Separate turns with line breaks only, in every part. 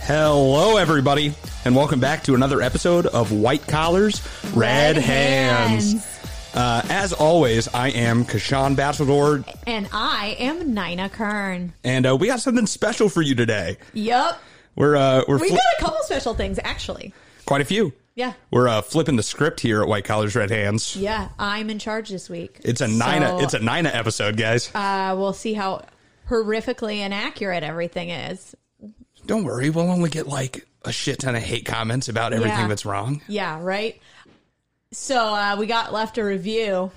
Hello, everybody, and welcome back to another episode of White Collars, Red,
Red
Hands.
Hands.
Uh, as always, I am Kashan Battledore,
And I am Nina Kern.
and uh, we got something special for you today.
Yep.
We're uh, we're
We
fli-
got a couple special things, actually.
quite a few.
Yeah.
We're uh, flipping the script here at White Collars, Red Hands.
Yeah, I'm in charge this week.
It's a Nina. it's a Nina episode, guys.
Uh, we'll see how horrifically inaccurate everything is.
Don't worry, we'll only get like a shit ton of hate comments about everything
Yeah.
that's wrong.
Yeah, right? So uh, we got left a review.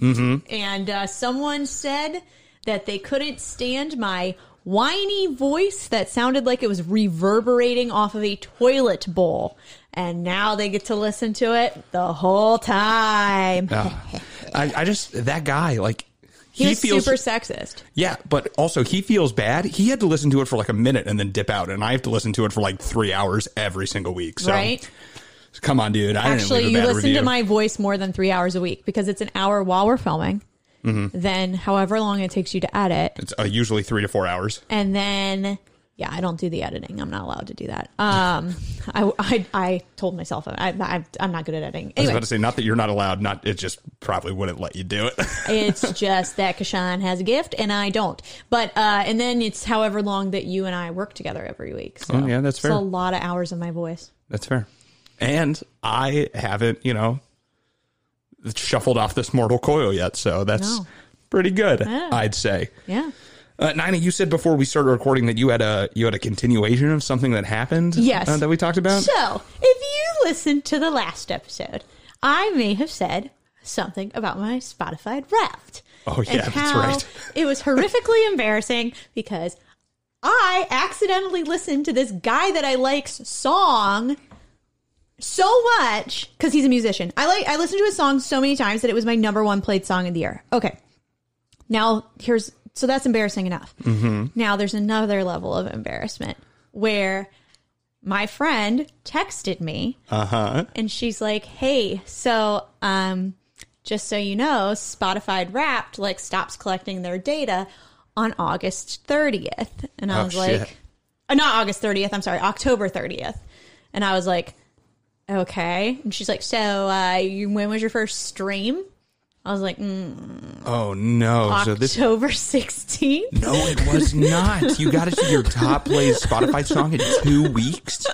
Mm-hmm. And uh, someone said that they couldn't stand my whiny voice that sounded like it was reverberating off of a toilet bowl. And now they get to listen to it the whole time.
Uh, I, I just that guy like
He, was super sexist.
Yeah, but also he feels bad. He had to listen to it for like a minute and then dip out, and I have to listen to it for like three hours every single week. So
Right?
come on, dude. I
Actually,
didn't leave
you
a bad
listen
review.
to my voice more than three hours a week because it's an hour while we're filming,
Mm-hmm.
then however long it takes you to edit.
It's uh, usually three to four hours.
And then, yeah, I don't do the editing. I'm not allowed to do that. Um, I, I, I told myself I, I, I'm not good at
I
editing.
was
Anyway,
about to say, not that you're not allowed. Not it just probably wouldn't let you do it.
it's just that Kashan has a gift and I don't. But, uh, and then it's however long that you and I work together every week. So
Oh, yeah, that's
it's
fair.
a lot of hours of my voice.
That's fair. And I haven't, you know, shuffled off this mortal coil yet, so that's
No.
pretty good,
Yeah.
I'd say.
Yeah.
Uh, Nina, you said before we started recording that you had a you had a continuation of something that happened.
Yes.
uh, that we talked about.
So, if you listened to the last episode, I may have said something about my Spotify Wrapped.
Oh, yeah, that's right.
it was horrifically embarrassing because I accidentally listened to this guy that I like's song so much because he's a musician. I like I listened to his song so many times that it was my number one played song of the year. Okay, now here's so that's embarrassing enough. Now there's another level of embarrassment where my friend texted me
Uh-huh.
and she's like, "Hey, so um, just so you know, Spotify Wrapped like stops collecting their data on August 30th," and I
Oh,
was
shit.
like, uh, "Not August 30th. I'm sorry, October 30th," and I was like, "Okay," and she's like, "So uh, you, when was your first stream?" I was like, mm,
Oh no! So this
October 16th.
no, it was not. You got it to your top played Spotify song in two weeks.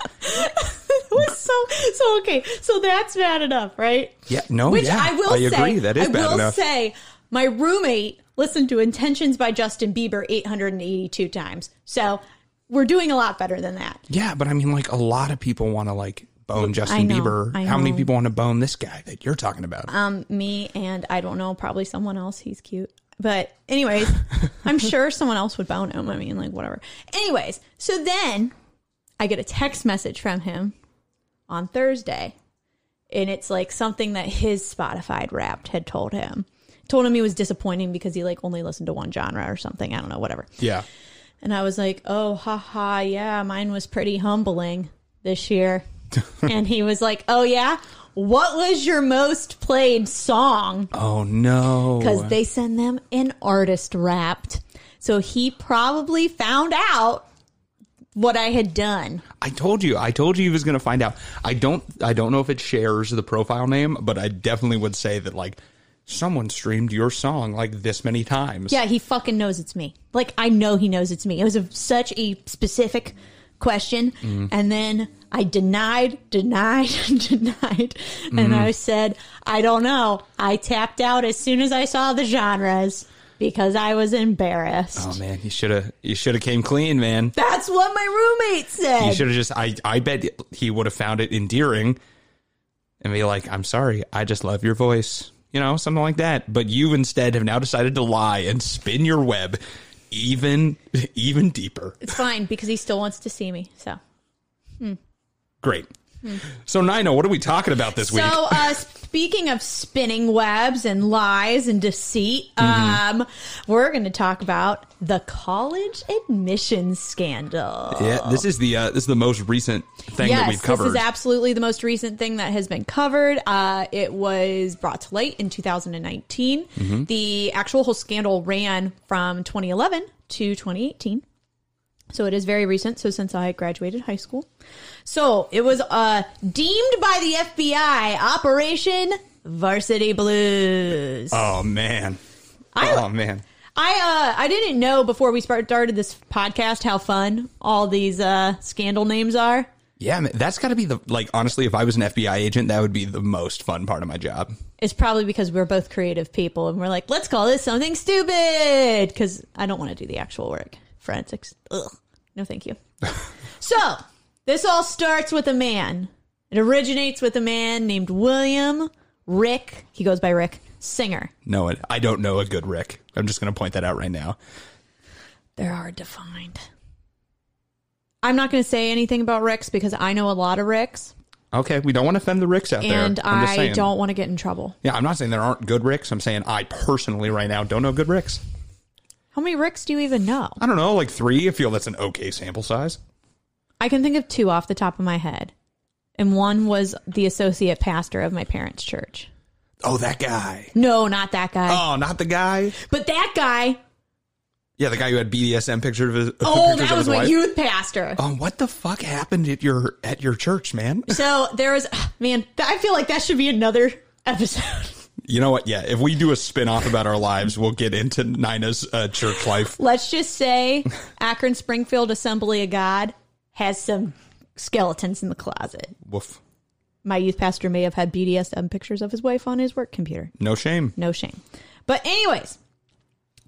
was so so okay. So that's bad enough, right?
Yeah, no,
Which
Oh, yeah,
I will
I
say,
agree, that is
I
bad
will
enough.
say, my roommate listened to "Intentions" by Justin Bieber 882 times. So we're doing a lot better than that.
Yeah, but I mean, like a lot of people want to like bone Justin
know,
Bieber.
I
How many
know.
people want to bone this guy that you're talking about?
Um, me and I don't know, probably someone else. He's cute. But anyways, I'm sure someone else would bone him. I mean, like whatever. Anyways, so then I get a text message from him on Thursday, and it's like something that his Spotify Wrapped had told him. Told him he was disappointing because he like only listened to one genre or something. I don't know, whatever.
yeah,
And I was like, oh, haha, yeah, mine was pretty humbling this year. and he was like, oh, yeah, what was your most played song?
Oh no!
Because they send them an artist wrapped. So he probably found out what I had done.
I told you, I told you he was going to find out. I don't, I don't know if it shares the profile name, but I definitely would say that like someone streamed your song like this many times.
Yeah, he fucking knows it's me. Like, I know he knows it's me. It was a, such a specific question.
Mm-hmm.
And then I denied, denied, denied. And
Mm-hmm.
I said, I don't know. I tapped out as soon as I saw the genres because I was embarrassed.
Oh man, you should have, you should have came clean, man.
That's what my roommate said.
You should have just. I, I bet he would have found it endearing, and be like, "I'm sorry, I just love your voice," you know, something like that. But you instead have now decided to lie and spin your web even, even deeper.
it's fine because he still wants to see me. So.
Great. So Nino, what are we talking about this week?
So, uh, speaking of spinning webs and lies and deceit,
Mm-hmm.
um, we're going to talk about the college admissions scandal.
Yeah, this is the uh, this is the most recent thing that we've covered.
This is absolutely the most recent thing that has been covered. Uh, it was brought to light in 2019.
Mm-hmm.
The actual whole scandal ran from 2011 to 2018. So it is very recent. So since I graduated high school. So it was uh, deemed by the FBI Operation Varsity Blues.
Oh man.
I-
oh man.
I uh, I didn't know before we start- started this podcast how fun all these uh, scandal names are.
Yeah, man, that's got to be the like honestly, if I was an FBI agent, that would be the most fun part of my job.
It's probably because we're both creative people and we're like, let's call this something stupid because I don't want to do the actual work. Forensics. Ugh. No, thank you. so, this all starts with a man. It originates with a man named William Rick. He goes by Rick Singer.
No, it, I don't know a good Rick. I'm just going to point that out right now.
They're hard to find. I'm not going to say anything about Ricks because I know a lot of Ricks
Okay, we don't want to offend the Ricks out there.
and
I'm just
I
saying.
don't want to get in trouble.
Yeah, I'm not saying there aren't good Ricks. I'm saying I personally right now don't know good Ricks.
How many Ricks do you even know?
I don't know, like three. I feel that's an okay sample size.
I can think of two off the top of my head. And one was the associate pastor of my parents' church.
Oh, that guy.
No, not that guy.
Oh, not the guy.
but that guy,
Yeah, the guy who had BDSM picture of his.
oh,
pictures
that
of
was
his
my
wife.
youth pastor.
Oh, what the fuck happened at your at your church, man?
So there was, man, I feel like that should be another episode.
You know what? Yeah, if we do a spin off about our lives, we'll get into Nina's uh, church life.
Let's just say Akron Springfield Assembly of God has some skeletons in the closet.
Woof.
My youth pastor may have had BDSM pictures of his wife on his work computer.
No shame.
no shame. But anyways,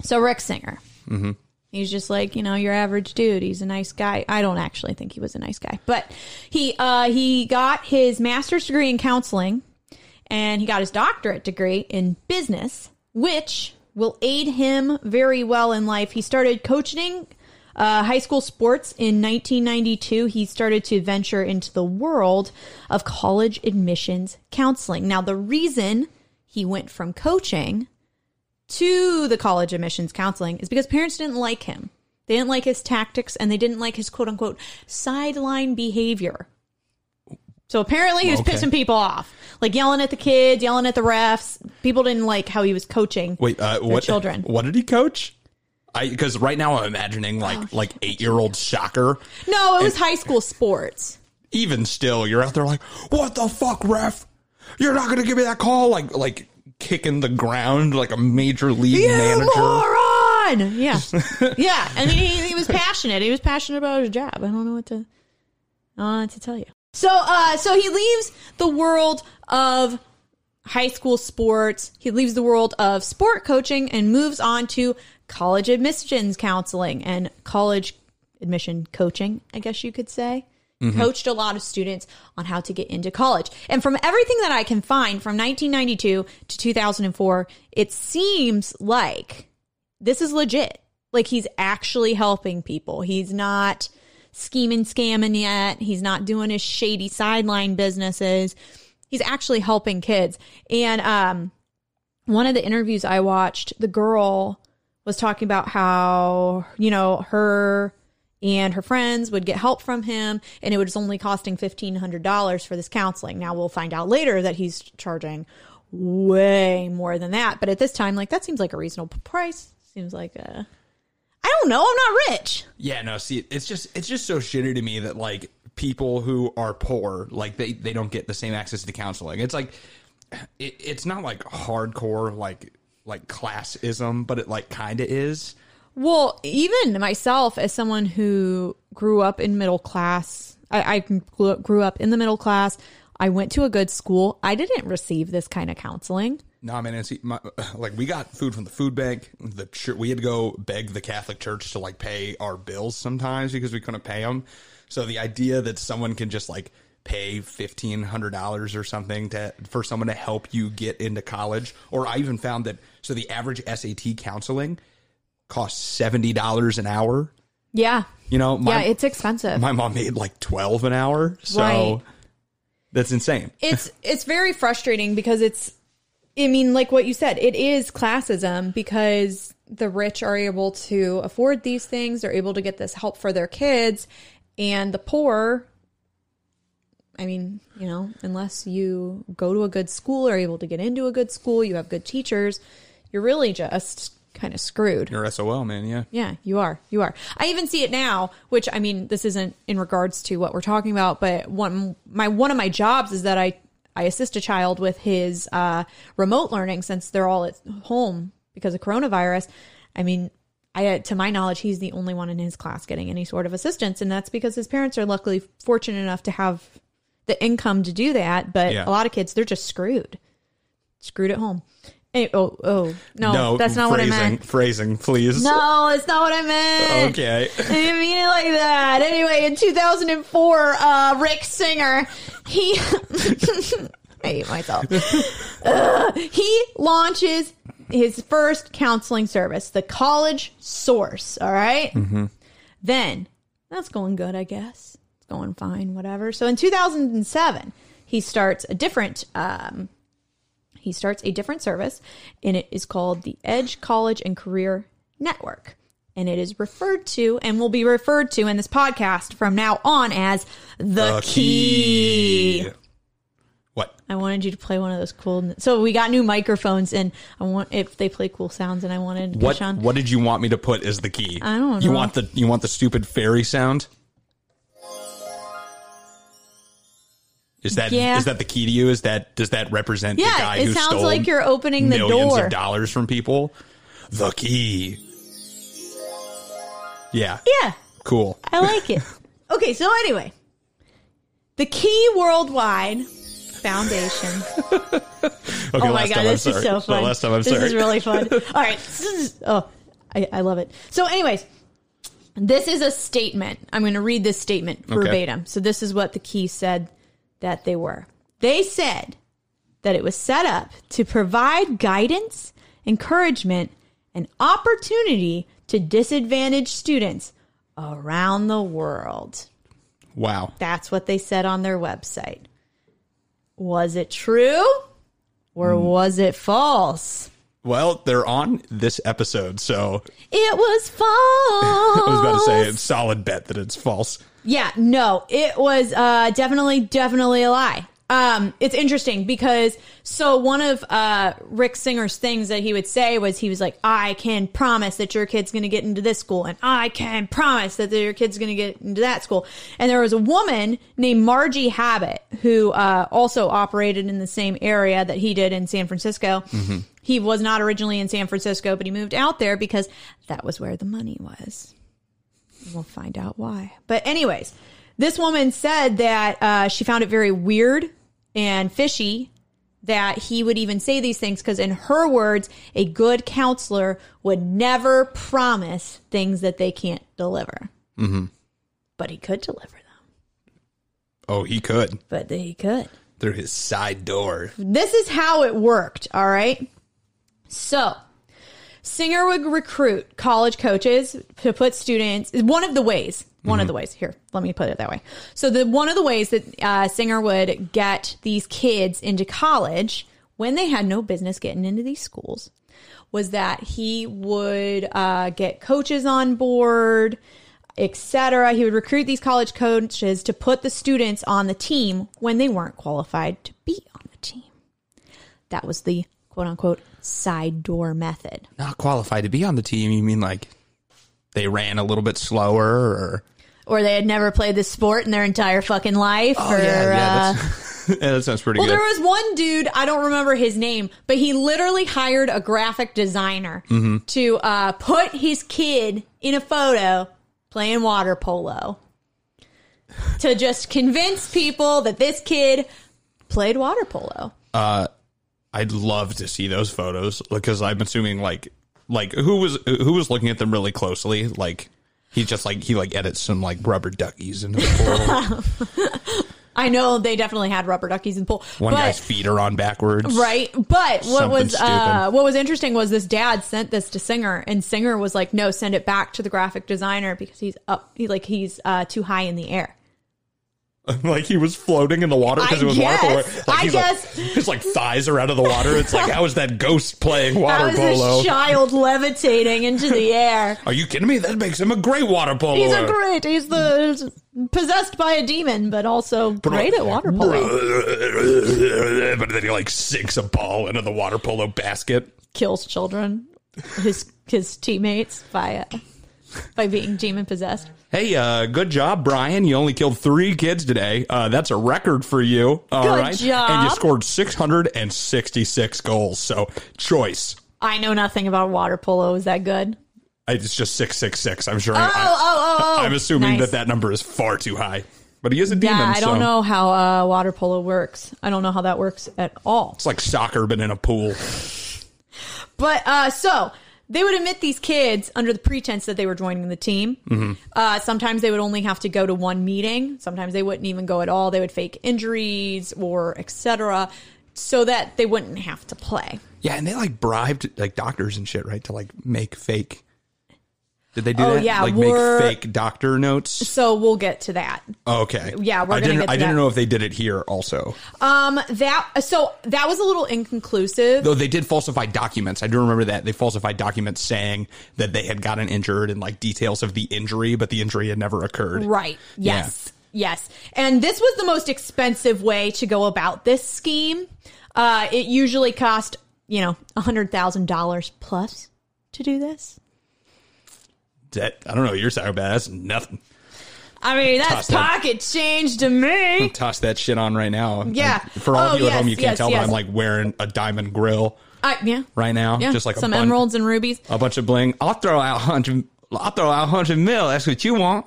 so Rick Singer, mm-hmm. he's just like you know your average dude. He's a nice guy. I don't actually think he was a nice guy, but he uh, he got his master's degree in counseling, and he got his doctorate degree in business, which will aid him very well in life. He started coaching. Uh, high school sports in 1992, he started to venture into the world of college admissions counseling. Now, the reason he went from coaching to the college admissions counseling is because parents didn't like him. They didn't like his tactics and they didn't like his quote unquote sideline behavior. So apparently he was
Okay.
pissing people off, like yelling at the kids, yelling at the refs. People didn't like how he was coaching.
Wait, uh, what?
children.
What did he coach? I because right now I'm imagining like
Oh,
like eight year old soccer.
No, it was high school sports.
Even still, you're out there like, what the fuck, ref? You're not gonna give me that call? Like like kicking the ground like a major league
You
manager.
moron! Yeah, yeah. I mean, he, he was passionate. He was passionate about his job. I don't know what to, I don't know what to tell you. So, uh, so he leaves the world of high school sports. He leaves the world of sport coaching and moves on to college admissions counseling and college admission coaching. I guess you could say. Coached a lot of students on how to get into college. And from everything that I can find from 1992 to 2004, it seems like this is legit. Like he's actually helping people. He's not scheming, scamming yet. He's not doing his shady sideline businesses. He's actually helping kids. And um, one of the interviews I watched, the girl was talking about how, you know, her and her friends would get help from him and it was only costing $1,500 for this counseling. Now we'll find out later that he's charging way more than that. But at this time, like, that seems like a reasonable price. Seems like a. I don't know. I'm not rich.
Yeah, no, see, it's just it's just so shitty to me that like people who are poor, like they they don't get the same access to counseling. It's like it, it's not like hardcore like like classism, but it like kind of is.
Well, even myself, as someone who grew up in middle class, I, I grew grew up in the middle class. I went to a good school. I didn't receive this kind of counseling.
No, I mean, and see, my, like we got food from the food bank. The chur we had to go beg the Catholic Church to like pay our bills sometimes because we couldn't pay them. So the idea that someone can just like pay fifteen hundred dollars or something to for someone to help you get into college, or I even found that so the average SAT counseling costs seventy dollars an hour.
Yeah,
You know, my
yeah, it's expensive.
my mom made like twelve an hour, so
Right.
that's insane.
it's it's very frustrating because it's I mean, like what you said, it is classism because the rich are able to afford these things, they're able to get this help for their kids, and the poor I mean, you know, unless you go to a good school, are able to get into a good school, you have good teachers, you're really just kind of screwed.
You're SOL, man. Yeah.
Yeah, you are. You are. I even see it now, which I mean, this isn't in regards to what we're talking about, but one my one of my jobs is that I I assist a child with his uh, remote learning since they're all at home because of coronavirus. I mean, I uh, to my knowledge, he's the only one in his class getting any sort of assistance, and that's because his parents are luckily fortunate enough to have the income to do that. But
Yeah.
a lot of kids, they're just screwed, screwed at home. Eh, Oh, oh no, that's not
phrasing,
what I meant.
Phrasing, please.
No, it's not what I meant.
Okay.
I didn't mean it like that. Anyway, in 2004, uh, Rick Singer, he. I hate myself. Ugh. he launches his first counseling service, the College Source. All right? Then that's going good, I guess. It's going fine, whatever. So in 2007, he starts a different um, he starts a different service, and it is called the Edge College and Career Network, and it is referred to and will be referred to in this podcast from now on as the,
The
key.
key. What?
I wanted you to play one of those cool. So we got new microphones, and I want if they play cool sounds, and I wanted
What?
Krishan-
What did you want me to put as the key?
I don't
You
know.
want the you want the stupid fairy sound? Is that is
Yeah.
that the key to you? Is that does that represent the
Yeah,
guy
it
who
sounds
stole
like you're opening the
millions
door.
of dollars from people? The key. Yeah.
yeah,
Cool.
I like it. Okay, so anyway, the Key Worldwide Foundation.
Okay,
oh my
last
god,
time,
this
I'm sorry.
is so
No,
fun.
last time, I'm
this
sorry.
is really fun. All right, this is, oh, I, I love it. So, anyways, this is a statement. I'm going to read this statement verbatim. So, this is what the key said that they were. They said that it was set up to provide guidance, encouragement, and opportunity to disadvantaged students around the world.
wow.
That's what they said on their website. Was it true or was it false?
Well, they're on this episode, so
It was false.
I was about to say it's solid bet that it's false.
Yeah, no, it was uh, definitely, definitely a lie. Um, it's interesting because so one of uh, Rick Singer's things that he would say was he was like, "I can promise that your kid's going to get into this school, and I can promise that your kid's going to get into that school." And there was a woman named Margie Habit who uh, also operated in the same area that he did in San Francisco. He was not originally in San Francisco, but he moved out there because that was where the money was. We'll find out why. But, anyways, this woman said that uh, she found it very weird and fishy that he would even say these things because, in her words, a good counselor would never promise things that they can't deliver. Mm-hmm. But he could deliver them.
Oh, he could
But he could.
through his side door.
this is how it worked, all right? So, Singer would recruit college coaches to put students one of the ways, one of the ways. Here, let me put it that way. So the one of the ways that uh, Singer would get these kids into college when they had no business getting into these schools was that he would uh, get coaches on board etc. He would recruit these college coaches to put the students on the team when they weren't qualified to be on the team. That was the quote unquote side door method.
Not qualified to be on the team. You mean like they ran a little bit slower, or
Or they had never played this sport in their entire fucking life. or, uh,
Oh, that's, yeah, that sounds pretty
Well,
good.
there was one dude, I don't remember his name, but he literally hired a graphic designer
Mm-hmm.
to uh, put his kid in a photo playing water polo to just convince people that this kid played water polo.
I'd love to see those photos because I'm assuming like like who was who was looking at them really closely. Like he just like he like edits some like rubber duckies into the pool.
I know they definitely had rubber duckies in the pool.
One
but,
guy's feet are on backwards.
Right, but what
Something
was uh,
stupid.
what was interesting was this dad sent this to Singer, and Singer was like, "No, send it back to the graphic designer because he's up, he, like he's uh, too high in the air."
like he was floating in the water because
I
it was water polo.
guess.
Like
I
he's
guess.
Like, his like thighs are out of the water. It's like how is that ghost playing
How
water
is
polo?
this child levitating into the air?
Are you kidding me? That makes him a great water polo.
He's a great. He's the he's possessed by a demon, but also great at water polo.
but then he like sinks a ball into the water polo basket.
Kills children. his his teammates by uh, by being demon possessed.
Hey, uh, good job, Brian. You only killed three kids today. Uh, that's a record for you. All
Good
right,
job.
And you scored 666 goals. So, choice.
I know nothing about water polo. Is that good?
It's just 666. I'm sure.
Oh, oh, oh, oh!
I'm assuming
Nice.
that that number is far too high. But he is a demon.
Yeah, I
so
don't know how uh, water polo works. I don't know how that works at all.
It's like soccer, but in a pool.
But uh, so they would admit these kids under the pretense that they were joining the team. Uh, sometimes they would only have to go to one meeting. Sometimes they wouldn't even go at all. They would fake injuries or etc. So that they wouldn't have to play.
Yeah, and they like bribed like doctors and shit, right? To like make fake. Did they do
Oh,
that?
yeah,
like
we're-
make fake doctor notes. Oh,
So we'll get to that.
Okay.
Yeah, we're
I
gonna
didn't.
get to
I didn't
that.
know if they did it here also.
Um, that so that was a little inconclusive.
Though they did falsify documents. I do remember that they falsified documents saying that they had gotten injured and like details of the injury, but the injury had never occurred.
Right.
Yeah.
Yes. Yes. And this was the most expensive way to go about this scheme. Uh, it usually cost, you know, $100,000 plus to do this.
That I don't know. what You're talking about that's nothing.
I mean, that's
Toss that-
pocket change to me.
Toss that shit on right now.
Yeah.
And for all
Oh,
of you at
yes,
home, you can't
yes,
tell,
yes.
but I'm like wearing a diamond grill
I, yeah.
right now,
Yeah.
just like
some
a bun-
emeralds and rubies.
a bunch of bling. I'll throw out hundred. I'll throw out hundred mil. That's what you want.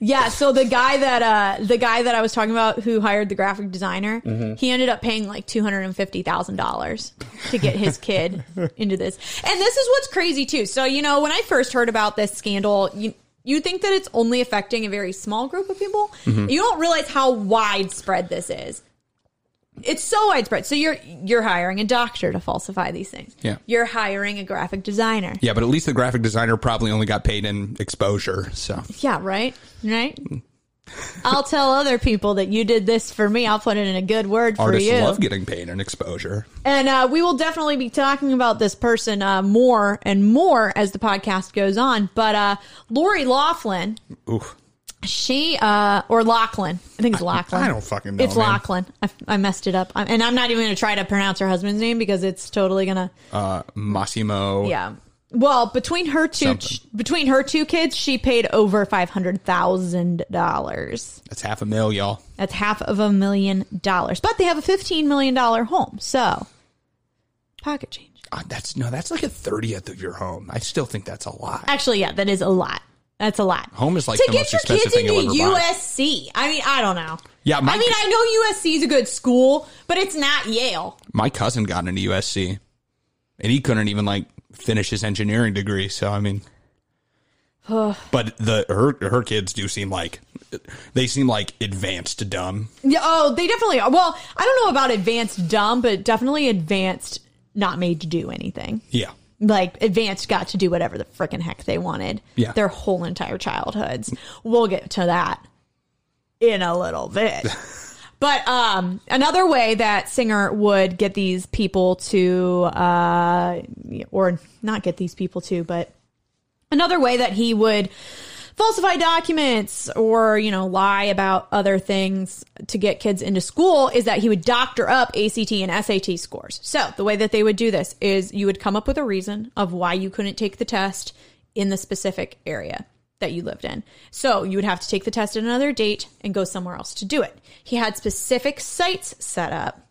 Yeah, so the guy that uh the guy that I was talking about who hired the graphic designer, he ended up paying like two hundred and fifty thousand dollars to get his kid into this. And this is what's crazy too. So you know, when I first heard about this scandal, you you think that it's only affecting a very small group of people. You don't realize how widespread this is. It's so widespread. So you're you're hiring a doctor to falsify these things.
Yeah.
You're hiring a graphic designer.
Yeah, but at least the graphic designer probably only got paid in exposure. So
Yeah, right? Right? I'll tell other people that you did this for me. I'll put it in a good word for
artists
you.
love getting paid in exposure.
and uh, we will definitely be talking about this person uh, more and more as the podcast goes on. But uh, Lori Laughlin,
Oof.
she, uh, or Lachlan, I think it's Lachlan.
I don't fucking know,
It's
man.
Lachlan. I, I messed it up. I, and I'm not even going to try to pronounce her husband's name because it's totally going to.
Uh, Massimo.
Yeah. Well, between her two,
Something.
between her two kids, she paid over five hundred thousand dollars.
That's half a mil, y'all.
That's half of a million dollars. But they have a $15 million home. So, pocket change.
Uh, that's no, that's like a thirtieth of your home. I still think that's a lot.
Actually, yeah, that is a lot. That's a lot.
Home is like
to
the
get
most
your
expensive
kids
thing you'll
into
ever buy.
USC. I mean, I don't know.
Yeah, my-
I mean, I know USC is a good school, but it's not Yale.
My cousin got into USC, and he couldn't even like finish his engineering degree. So I mean, but the her her kids do seem like they seem like advanced dumb.
Yeah, Oh, they definitely are. Well, I don't know about advanced dumb, but definitely advanced not made to do anything.
Yeah,
like advanced got to do whatever the frickin' heck they wanted
Yeah.
their whole entire childhoods we'll get to that in a little bit but um another way that singer would get these people to uh or not get these people to but another way that he would falsify documents or you know lie about other things to get kids into school is that he would doctor up ACT and SAT scores. So the way that they would do this is you would come up with a reason of why you couldn't take the test in the specific area that you lived in. So you would have to take the test at another date and go somewhere else to do it. He had specific sites set up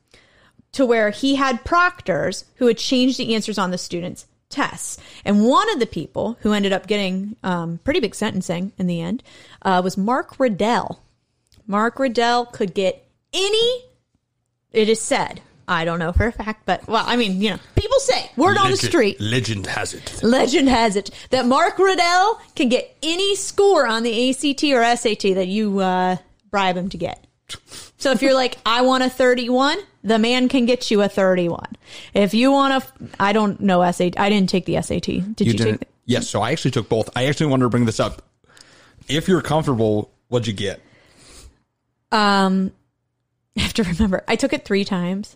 to where he had proctors who would change the answers on the students' tests. And one of the people who ended up getting um, pretty big sentencing in the end uh, was Mark Riddell. Mark Riddell could get any, it is said. I don't know for a fact, but well, I mean, you know, people say word on the street.
legend has it.
Legend has it that Mark Riddell can get any score on the ACT or SAT that you uh, bribe him to get. So if you're like, I want a 31, the man can get you a 31. If you want a, I don't know SAT. I didn't take the SAT. Did you,
You
take?
didn't.
The,
Yes, so I actually took both. I actually wanted to bring this up. If you're comfortable, what'd you get?
I have to remember. I took it three times.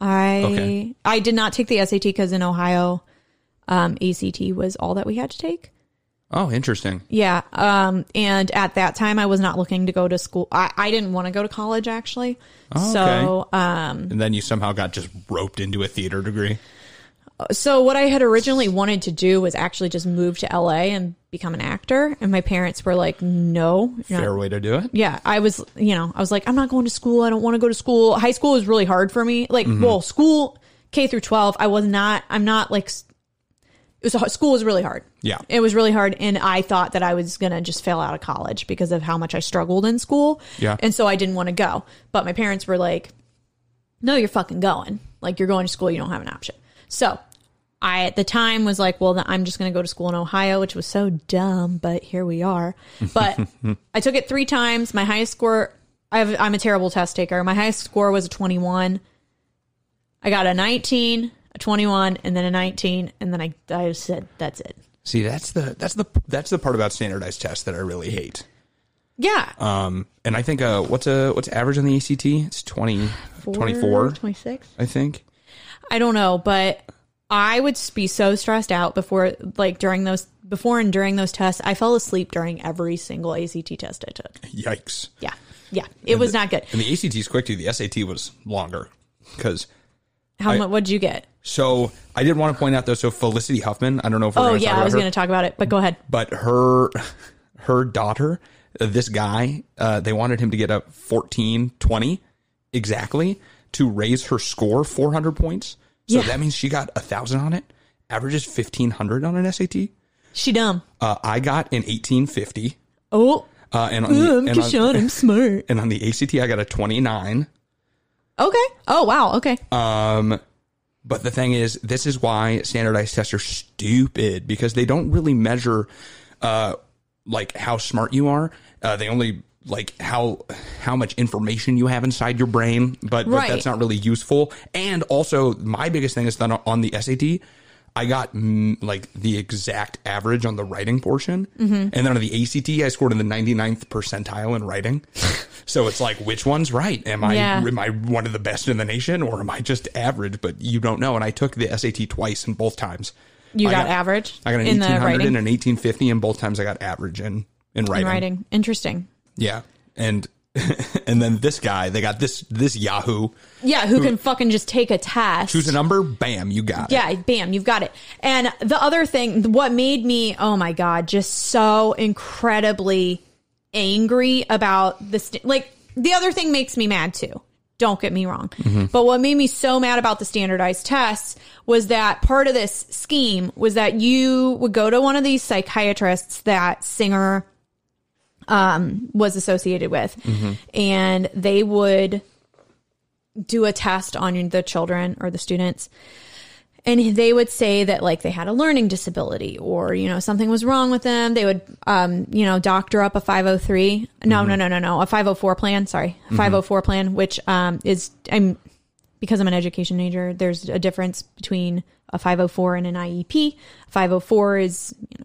I
Okay.
I did not take the SAT because in Ohio, um, ACT was all that we had to take.
Oh, interesting.
Yeah. Um, and at that time, I was not looking to go to school. I, I didn't want to go to college actually.
Oh,
so uh,
And then you somehow got just roped into a theater degree.
So what I had originally wanted to do was actually just move to LA and become an actor, and my parents were like, "No, you're not
Fair way to do it.
yeah, I was, you know, I was like, I'm not going to school. I don't want to go to school. High school was really hard for me. Like,
Mm-hmm.
well, school K through 12, I was not, I'm not like, s- it was, a- school was really hard.
Yeah.
It was really hard. And I thought that I was going to just fail out of college because of how much I struggled in school.
Yeah.
And so I didn't want to go. But my parents were like, no, you're fucking going. Like, you're going to school. You don't have an option. So I, at the time, was like, well, then I'm just going to go to school in Ohio, which was so dumb, but here we are. But I took it three times. My highest score, I have, I'm a terrible test taker. My highest score was a 21. I got a 19, a 21, and then a 19. And then I, I said, that's it.
See, that's the that's the that's the part about standardized tests that I really hate.
Yeah.
Um, and I think uh, what's a what's average on the ACT? It's 20, 24,
26.
I think.
I don't know, but I would be so stressed out before, like during those, before and during those tests. I fell asleep during every single ACT test I took.
Yikes!
Yeah. Yeah. It was not good.
And the ACT is quick too. The SAT was longer because
How
I-
much, what'd you get?
so I did want to point out though. So Felicity Huffman, I don't know if we're
Oh,
going to
yeah.
talk about
I was
her,
going to talk about it, but go ahead.
but her her daughter, uh, this guy, uh, they wanted him to get a 14, 20 exactly to raise her score four hundred points. So
Yeah.
that means she got a thousand on it. Averages fifteen hundred on an SAT.
She dumb.
Uh, I got an eighteen fifty.
Oh,
Uh, and on the, and,
I'm
on,
Keshawn. I'm smart.
and on the ACT, I got a 29.
Okay. Oh, wow. Okay.
Um, but the thing is, this is why standardized tests are stupid because they don't really measure, uh, like how smart you are. Uh, they only like how how much information you have inside your brain, but, but
Right.
that's not really useful. And also, my biggest thing is that on the SAT. I got mm, like the exact average on the writing portion,
Mm-hmm.
and then on the ACT, I scored in the 99th percentile in writing. so it's like, which one's right? Am I
Yeah.
am I one of the best in the nation or am I just average? But you don't know. And I took the SAT twice and both times.
You
I
got average
I got an
in the
1800 and
writing?
an 1850 and both times I got average in, in writing.
Writing. Interesting.
Yeah. And and then this guy, they got this this Yahoo.
Yeah. Who can fucking just take a test?
Choose a number, bam, you got it.
Yeah, bam, you've got it. And the other thing, what made me, oh my God, just so incredibly angry about this, like, the other thing makes me mad too. Don't get me wrong.
Mm-hmm.
But what made me so mad about the standardized tests was that part of this scheme was that you would go to one of these psychiatrists that Singer um, was associated with,
Mm-hmm.
and they would do a test on the children or the students and they would say that like they had a learning disability or you know something was wrong with them they would um you know doctor up a 503 no no no no no a 504 plan sorry a 504 plan which um is i'm because i'm an education major there's a difference between a 504 and an E iep 504 is you know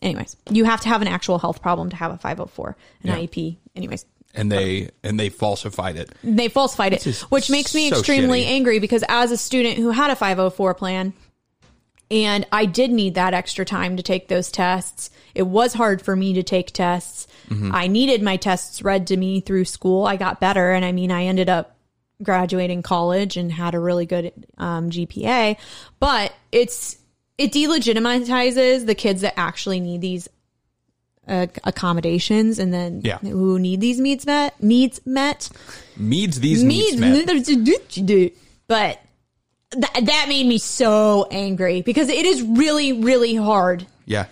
anyways you have to have an actual health problem to have a 504 an
Yeah.
iep anyways
And they and they falsified it.
they falsified it,
is
which makes me
so
extremely
shitty.
angry because as a student who had a 504 plan and I did need that extra time to take those tests, it was hard for me to take tests.
Mm-hmm.
I needed my tests read to me through school. I got better. And I mean, I ended up graduating college and had a really good um, GPA, but it's, it delegitimizes the kids that actually need these uh, accommodations and then
Yeah.
who need these needs met needs met
Meads these needs, met.
me, but that that made me so angry because it is really, really hard.
Yeah.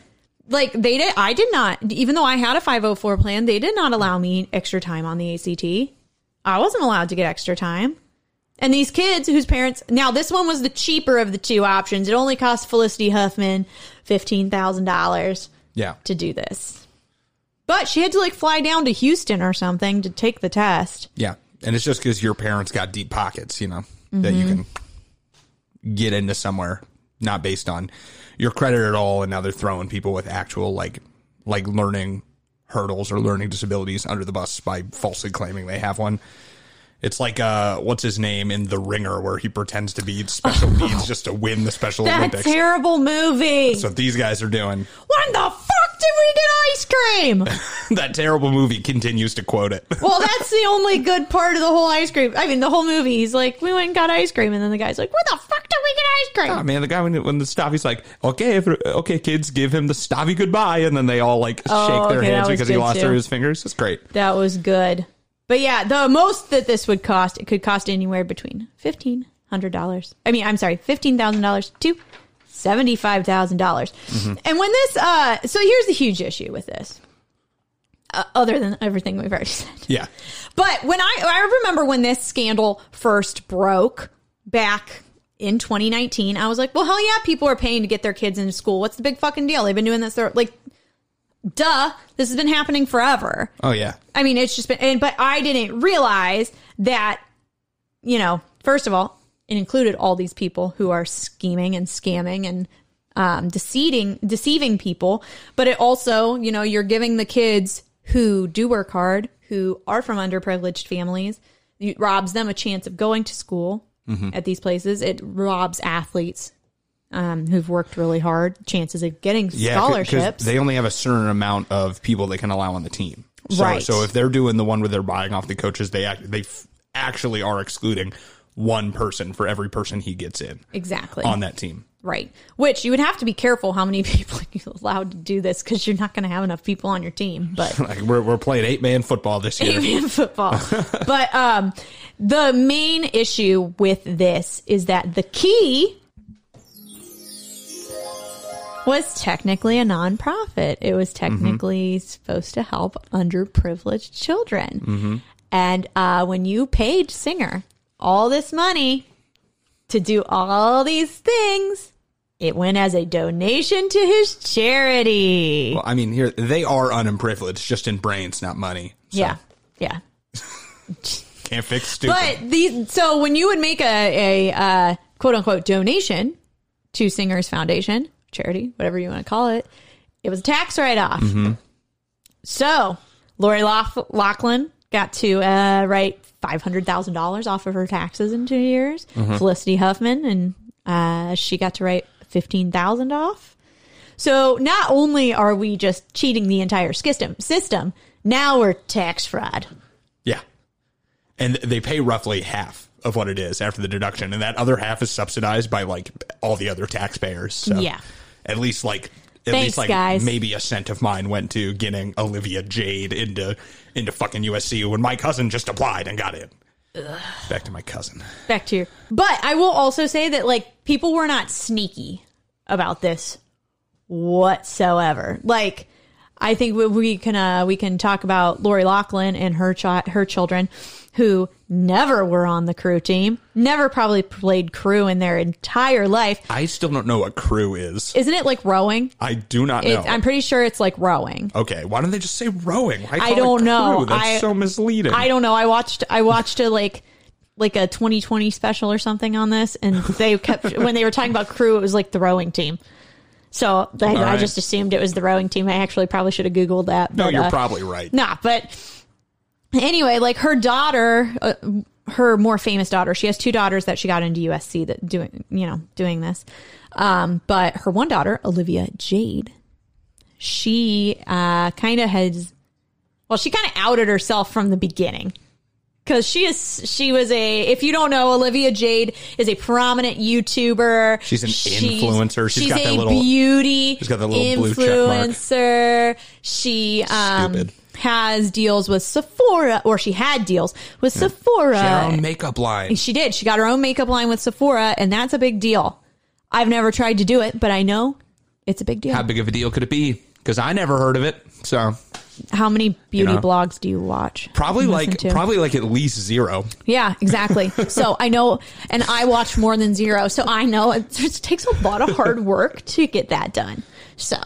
Like they did, I did not. Even though I had a five hundred four plan, they did not allow me extra time on the ACT. I wasn't allowed to get extra time. And these kids whose parents now this one was the cheaper of the two options. It only cost Felicity Huffman fifteen thousand dollars
Yeah.
to do this. But she had to like fly down to Houston or something to take the test.
Yeah. And it's just because your parents got deep pockets, you know, that you can get into somewhere not based on your credit at all. And now they're throwing people with actual like, like learning hurdles or learning disabilities under the bus by falsely claiming they have one. It's like uh, what's his name in The Ringer, where he pretends to be special needs just to win the Special
That
Olympics.
terrible movie.
So these guys are doing.
when the fuck do where you get ice cream.
that terrible movie continues to quote it.
Well, that's the only good part of the whole ice cream. I mean, the whole movie. He's like, we went and got ice cream, and then the guy's like, where the fuck did we get ice
Ah,
cream?
man, the guy when, when the staff, he's like, okay, if, okay, kids, give him the Stavi goodbye, and then they all like shake their
Oh, okay, that
hands
was
because he
good,
lost
too.
her his fingers. It's great.
That was good. But yeah, the most that this would cost, it could cost anywhere between fifteen hundred dollars. I mean, I'm sorry, fifteen thousand dollars to seventy-five dollars. And when this, uh, so here's the huge issue with this, uh, other than everything we've already said.
Yeah,
But when I I remember when this scandal first broke back in 2019, I was like, well, hell yeah, people are paying to get their kids into school. What's the big fucking deal? They've been doing this. their- Like, duh, this has been happening forever.
oh yeah,
I mean, it's just been, and, but I didn't realize that, you know, first of all, it included all these people who are scheming and scamming and um, deceiving, deceiving people. But it also, you know, you're giving the kids who do work hard, who are from underprivileged families, it robs them a chance of going to school
Mm-hmm.
at these places. It robs athletes um, who've worked really hard chances of getting
yeah. c- 'cause
scholarships.
They only have a certain amount of people they can allow on the team. So,
Right.
So if they're doing the one where they're buying off the coaches, they act, they f- actually are excluding one person for every person he gets in
exactly.
on that team.
Right. Which you would have to be careful how many people you're allowed to do this because you're not going to have enough people on your team. But
Like we're we're playing eight man football this year.
in football. but um, the main issue with this is that the key was technically a nonprofit. It was technically supposed to help underprivileged children. And uh, when you paid Singer all this money to do all these things, it went as a donation to his charity.
Well, I mean, here they are unprivileged, just in brains, not money.
yeah. Yeah.
Can't fix stupid.
But the so when you would make a a uh, quote unquote donation to Singers Foundation charity, whatever you want to call it, it was a tax write off. So Lori Lough- Lachlan got to uh, write five hundred thousand dollars off of her taxes in two years. Felicity Huffman and uh, she got to write fifteen thousand off. So not only are we just cheating the entire system, system now we're tax fraud.
Yeah. And th- they pay roughly half of what it is after the deduction. And that other half is subsidized by like all the other taxpayers. So
Yeah.
At least like, at
Thanks,
least like
guys.
maybe a cent of mine went to getting Olivia Jade into, into fucking USC when my cousin just applied and got in. Back to my cousin.
back to your but i will also say that like people were not sneaky about this whatsoever like i think we, we can uh we can talk about lori Loughlin and her chi- her children who never were on the crew team never probably played crew in their entire life
I still don't know what crew is.
isn't it like rowing
I do not know.
It's i'm pretty sure it's like rowing
okay. Why don't they just say rowing? Why call it
don't know.
crew? That's
I-
so misleading.
I don't know. I watched I watched a like like a 2020 special or something on this, and they kept when they were talking about crew, it was like the rowing team. So I, I
right.
just assumed it was the rowing team. I actually probably should have googled that.
no,
but,
you're
uh,
probably right.
Nah, but anyway, like her daughter, uh, her more famous daughter, she has two daughters that she got into USC that doing, you know, doing this. Um, but her one daughter, Olivia Jade, she uh, kind of has, well, she kind of outed herself from the beginning. Because she is, she was a. If you don't know, Olivia Jade is a prominent YouTuber.
She's an influencer. She's got that little-
beauty.
she's got that little blue check mark.
influencer. She um,
Stupid.
has deals with Sephora, or she had deals with Sephora.
Their own makeup line.
She did. She got her own makeup line with Sephora, and that's a big deal. I've never tried to do it, but I know it's a big deal.
how
How,
big of a deal could it be? Because I never heard of it. So
many beauty
know.
blogs do you watch?
probably
and
like
listen to?
probably like at least zero.
yeah, exactly. so I know, and I watch more than zero, so I know it just takes a lot of hard work to get that done. So.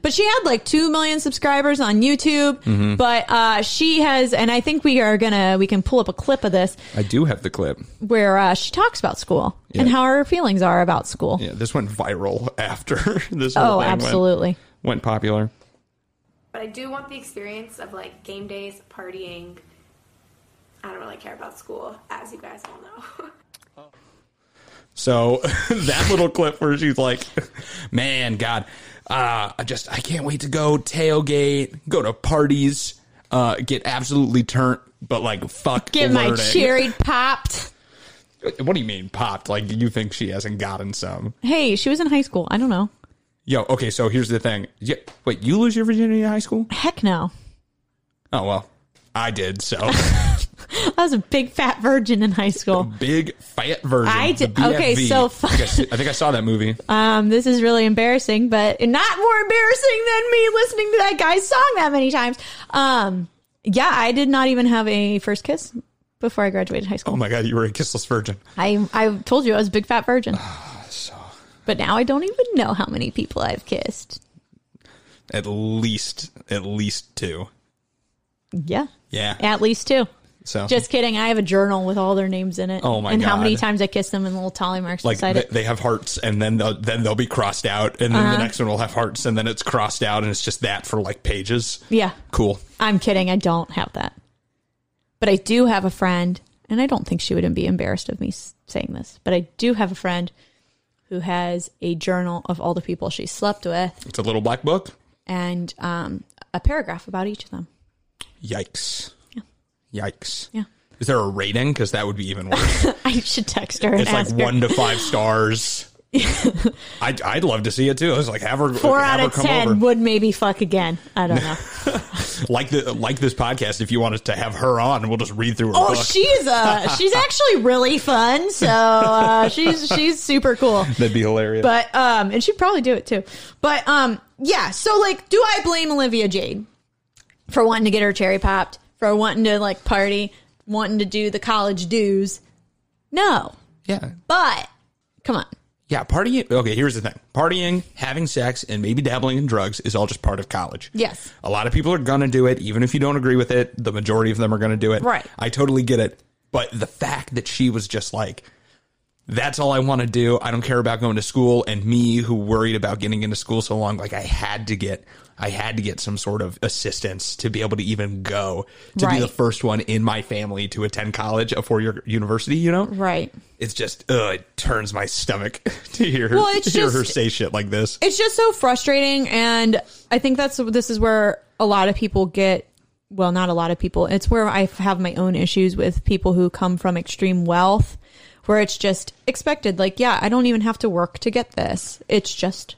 But she had like two million subscribers on YouTube.
Mm-hmm.
But uh, she has, and I think we are gonna we can pull up a clip of this.
I do have the clip.
where uh, she talks about school and
Yeah.
how her feelings are about school.
Yeah, this went viral after this. Whole
oh,
thing went-
absolutely.
went, popular.
But I do want the experience of like game days, partying. I don't really care about school, as you guys all know.
So that little clip where she's like, "Man, God, uh, I just I can't wait to go tailgate, go to parties, uh, get absolutely turnt, but like fuck,
Get my
learning."
cherry popped.
What do you mean popped? Like you think she hasn't gotten some?
Hey, she was in high school. I don't know.
Yo, okay. So here's the thing. Yeah, wait, you lose your virginity in high school?
Heck no.
Oh well, I did. So
I was a big fat virgin in high school.
big fat version.
I
the
did- okay,
BFV.
so
I think I s- I think I saw that movie.
Um, this is really embarrassing, but not more embarrassing than me listening to that guy's song that many times. Um, yeah, I did not even have a first kiss before I graduated high
oh
school.
my god, you were a kissless virgin.
I I told you I was a big fat virgin. But now I don't even know how many people I've kissed.
At least, at least two.
Yeah.
Yeah.
At least two.
So
Just kidding. I have a journal with all their names in it.
Oh my
And how
God.
many times I kissed them and little tally marks
like
beside
they,
it.
they have hearts, and then they'll, then they'll be crossed out, and then
Uh-huh.
the next one will have hearts, and then it's crossed out, and it's just that for like pages.
Yeah.
Cool.
I'm kidding. I don't have that. But I do have a friend, and I don't think she wouldn't be embarrassed of me s- saying this, but I do have a friend who has a journal of all the people she slept with
It's a little black book.
and um, a paragraph about each of them.
Yikes. Yikes.
Yeah.
Is there a rating? Because that would be even worse.
I should text her and
it's like
ask her.
one to five stars. I'd, I'd love to see it too. I was like, have her,
Four
have
out
her
of
come
ten
over.
would maybe fuck again. I don't know.
Like the like this podcast. If you want us to have her on, we'll just read through her
Oh,
book.
she's uh she's actually really fun. So uh, she's she's super cool.
That'd be hilarious.
But um and she'd probably do it too. But um yeah, so like do I blame Olivia Jade for wanting to get her cherry popped, for wanting to like party, wanting to do the college dues? No.
yeah,
But come on.
Yeah, partying. Okay, here's the thing: partying, having sex, and maybe dabbling in drugs is all just part of college.
Yes.
a lot of people are gonna do it, even if you don't agree with it. The majority of them are gonna do it.
Right.
I totally get it, but the fact that she was just like, "That's all I want to do. I don't care about going to school," and me, who worried about getting into school so long, like I had to get, I had to get some sort of assistance to be able to even go to
Right.
be the first one in my family to attend college, a four-year university. You know,
Right.
it's just ugh, it turns my stomach to hear,
Well, it's
hear
just-
her say shit like this.
it's just so frustrating and i think that's this is where a lot of people get well not a lot of people it's where i have my own issues with people who come from extreme wealth where it's just expected like yeah i don't even have to work to get this it's just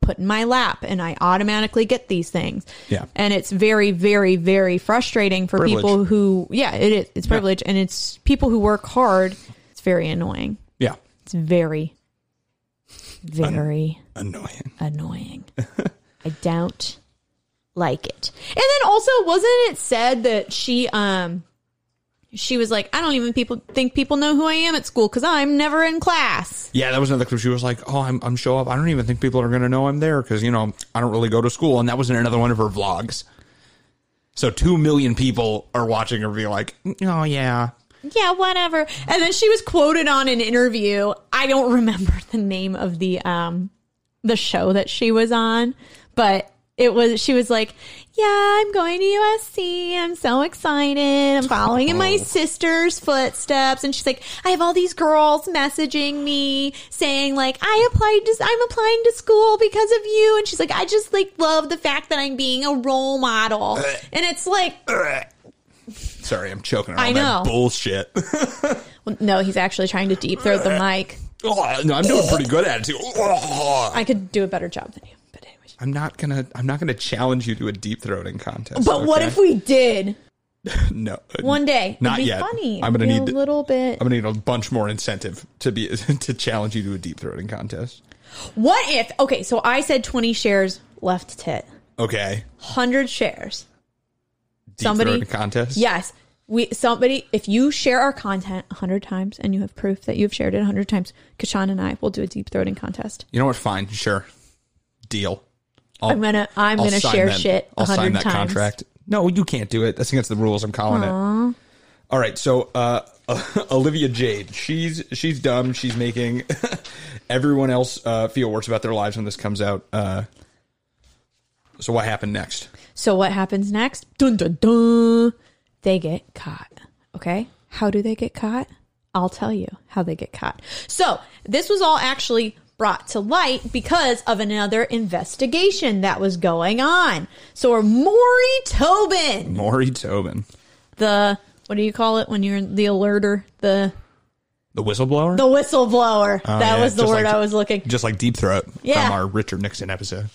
put in my lap and i automatically get these things
Yeah.
and it's very very very frustrating for
Privilege.
people who yeah it is it's privilege and it's people who work hard it's very annoying
Yeah,
it's very very
annoying.
annoying. I don't like it. And then also, wasn't it said that she um she was like, I don't even people think people know who I am at school because I'm never in class.
Yeah, that was another clip. She was like, "Oh, I'm I'm show up. I don't even think people are gonna know I'm there because you know I don't really go to school." And that was in another one of her vlogs. So two million people are watching her be like, "Oh yeah,
Yeah, whatever. And then she was quoted on an interview. I don't remember the name of the um the show that she was on, but it was she was like, "Yeah, I'm going to USC. I'm so excited. I'm following in my sister's footsteps." And she's like, "I have all these girls messaging me saying like, "I applied to I'm applying to school because of you." And she's like, "I just like love the fact that I'm being a role model." And it's like,
sorry, I'm choking." on
I
all that
know.
bullshit.
well, no, he's actually trying to deep throat the mic.
oh, no, I'm doing pretty good at it too. Oh.
I could do a better job than you. But anyways.
I'm not gonna I'm not gonna challenge you to a deep throating contest.
But what
okay?
if we did
no
one day?
Not
It'd be
yet.
Funny.
I'm gonna
It'd
need-
be a little bit.
I'm gonna need a bunch more incentive to be to challenge you to a deep throating contest.
what if? Okay, so I said 20 shares left tit,
Okay.
100 shares.
Deep
Somebody-
throating contest.
Yes, we somebody. If you share our content 100 times and you have proof that you've shared it 100 times, Kashan and I will do a deep throating contest.
You know what? Fine. Sure. Deal. i
I'm gonna I'm gonna share shit
I'll
100
sign that
times.
contract. No, you can't do it. That's against the rules. I'm calling it. All right. So uh, Olivia Jade, she's she's dumb. She's making everyone else uh, feel worse about their lives when this comes out. Uh, so what happened next?
So what happens next? Dun dun dun. They get caught. Okay. How do they get caught? I'll tell you how they get caught. So, this was all actually brought to light because of another investigation that was going on. So, Maury Tobin,
Maury Tobin,
the what do you call it when you're the alerter, the
the whistleblower,
the whistleblower. that
Oh, yeah,
was the
just
word
like-
I was looking.
just like Deep Throat
Yeah. Uh,
from our Richard Nixon episode.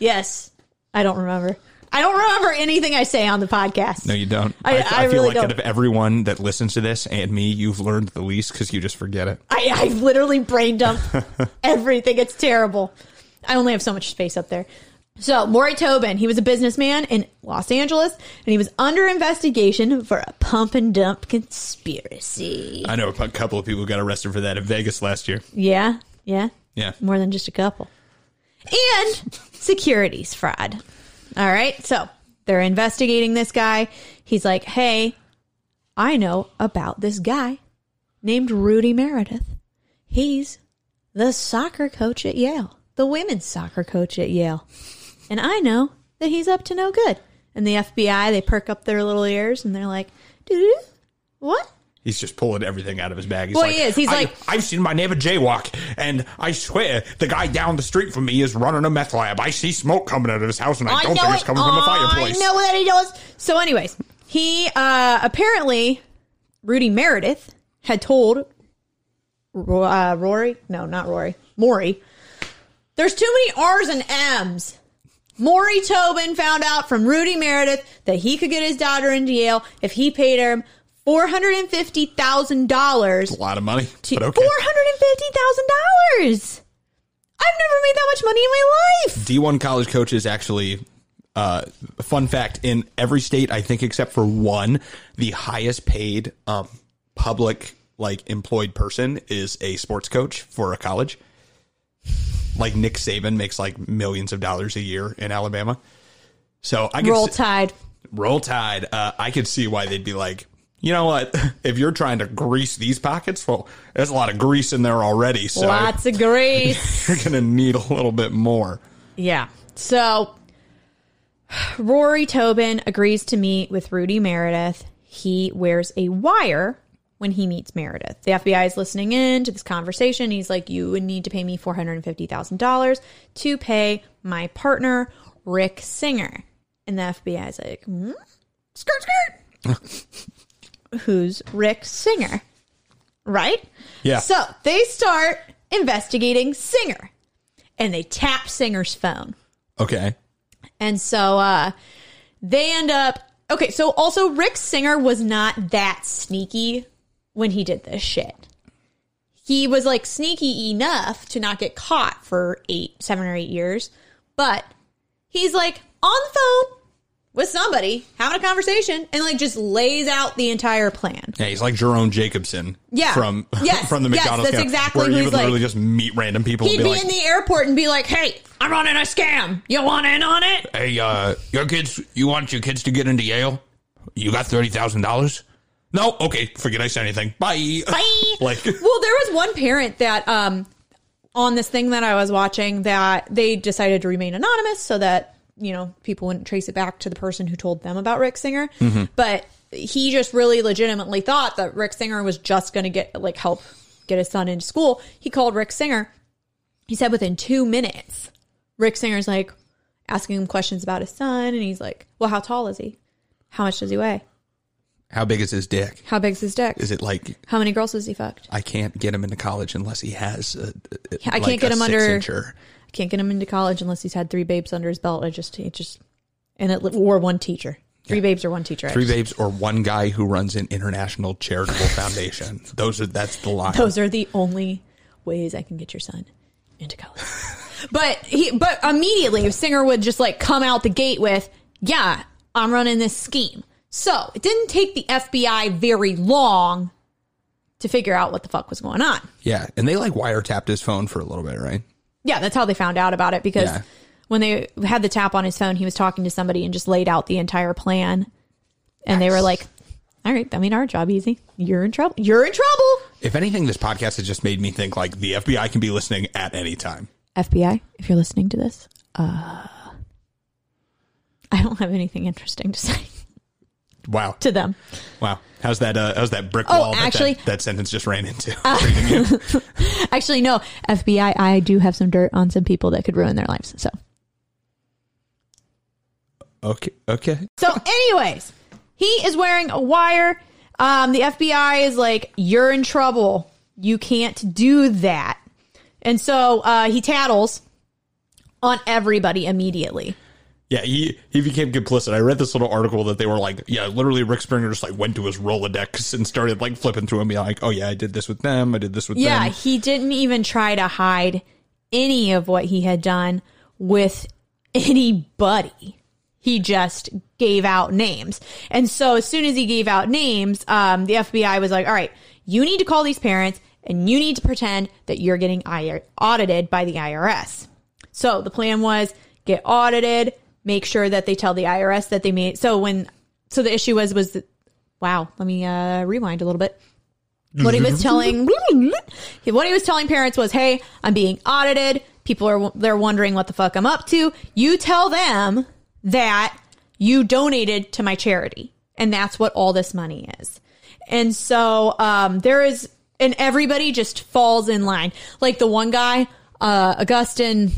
Yes. I don't remember. I don't remember anything I say on the podcast.
no, you don't.
I- I
feel
really
like out
don't.
of everyone that listens to this and me, you've learned the least because you just forget it.
I, I literally brain dump everything. It's terrible. I only have so much space up there. So, Maury Tobin, he was a businessman in Los Angeles and he was under investigation for a pump and dump conspiracy.
I know a couple of people got arrested for that in Vegas last year.
Yeah, yeah,
Yeah.
more than just a couple. And securities fraud. All right, so they're investigating this guy. He's like, hey, I know about this guy named Rudy Meredith. He's the soccer coach at Yale, the women's soccer coach at Yale. And I know that he's up to no good. And the FBI, they perk up their little ears and they're like, "Doo-doo, what?
He's just pulling everything out of his bag. He's
Well, he is. He's
"I-
like-
I've seen my neighbor jaywalk, and I swear the guy down the street from me is running a meth lab. I see smoke coming out of his house, and I, don't think it's coming from a fireplace.
I know that he does. So, anyways, he uh, apparently Rudy Meredith had told Ro- uh, Rory, no, not Rory, Maury. There's too many R's and M's. Maury Tobin found out from Rudy Meredith that he could get his daughter into Yale if he paid him four hundred and fifty thousand dollars
A lot of money, but
Four
okay.
hundred and fifty thousand dollars. I've never made that much money in my life.
D1 college coaches actually, uh, fun fact, in every state, I think except for one, the highest paid um, public like employed person is a sports coach for a college. Like Nick Saban makes like millions of dollars a year in Alabama. So I could
Roll
s-
Tide.
roll tide. Uh, I could see why they'd be like, you know what? If you're trying to grease these pockets, well, there's a lot of grease in there already, so
Lots of grease.
you're gonna need a little bit more.
yeah. So Rory Tobin agrees to meet with Rudy Meredith. He wears a wire when he meets Meredith. The FBI is listening in to this conversation. He's like, You would need to pay me $450,000 to pay my partner, Rick Singer. And the FBI is like, hmm? Skirt, skirt. Who's Rick Singer? Right?
Yeah.
So they start investigating Singer and they tap Singer's phone.
Okay.
And so uh they end up Okay, so also Rick Singer was not that sneaky when he did this shit. He was like sneaky enough to not get caught for 8 7 or 8 years, but he's like on the phone with somebody having a conversation and like just lays out the entire plan.
Yeah, he's like Jerome Jacobson.
Yeah.
From
Yes,
from the
yes,
McDonald's.
that's
guy,
exactly
where
who
you
he's
would literally
like.
just meet random people
He'd
and
be
be, like,
in the airport and be like, "Hey, I'm running a scam. You want in on it?"
"Hey, uh, your kids, you want your kids to get into Yale? You got thirty thousand dollars? No, okay, forget I said anything. Bye.
Bye.
like,
well, there was one parent that um on this thing that I was watching that they decided to remain anonymous so that you know people wouldn't trace it back to the person who told them about Rick Singer, but he just really legitimately thought that Rick Singer was just going to get like help get his son into school. He called Rick Singer. He said within 2 minutes Rick Singer's like asking him questions about his son and he's like, "Well, how tall is he? How much does he weigh?
how big is his dick?
How big's his dick?
Is it like
how many girls has he fucked?"
I can't get him into college unless he has. A, a-
I can't
like
get
a
him under-
six-incher.
can't get him into college unless he's had three babes under his belt. I just, it just, and it or one teacher, three babes or one teacher. I
Three
just-
babes or one guy who runs an international charitable foundation. Those are that's the line.
Those are the only ways I can get your son into college. but he, but immediately, Singer would just like come out the gate with, "Yeah, I'm running this scheme." So it didn't take the FBI very long to figure out what the fuck was going on.
yeah, and they like wiretapped his phone for a little bit, right?
Yeah, that's how they found out about it because
Yeah.
when they had the tap on his phone, he was talking to somebody and just laid out the entire plan. And they were like, "All right, that made our job easy. You're in trouble. You're in trouble."
If anything, this podcast has just made me think like the FBI can be listening at any time.
FBI, if you're listening to this, uh, I don't have anything interesting to say.
Wow.
to them.
Wow. How's that? Uh, how's that brick
Oh,
wall? that that-
actually- uh,
that, sentence just ran into.
Actually, no, FBI, I do have some dirt on some people that could ruin their lives. So,
okay. Okay.
so anyways, he is wearing a wire. Um, the FBI is like, you're in trouble. You can't do that. And so uh, he tattles on everybody immediately.
Yeah, he, he became complicit. I read this little article that they were like, yeah, literally Rick Springer just like went to his Rolodex and started like flipping through and being like, oh yeah, I did this with them, I did this with
Yeah,
them.
he didn't even try to hide any of what he had done with anybody. He just gave out names. And so as soon as he gave out names, um, the FBI was like, all right, you need to call these parents and you need to pretend that you're getting IR- audited by the IRS. So the plan was get audited, make sure that they tell the IRS that they made. So when, so the issue was, was, that, wow, let me uh, rewind a little bit what he was telling what he was telling parents was hey i'm being audited people are they're wondering what the fuck i'm up to you tell them that you donated to my charity and that's what all this money is and so um there is and everybody just falls in line like the one guy uh augustin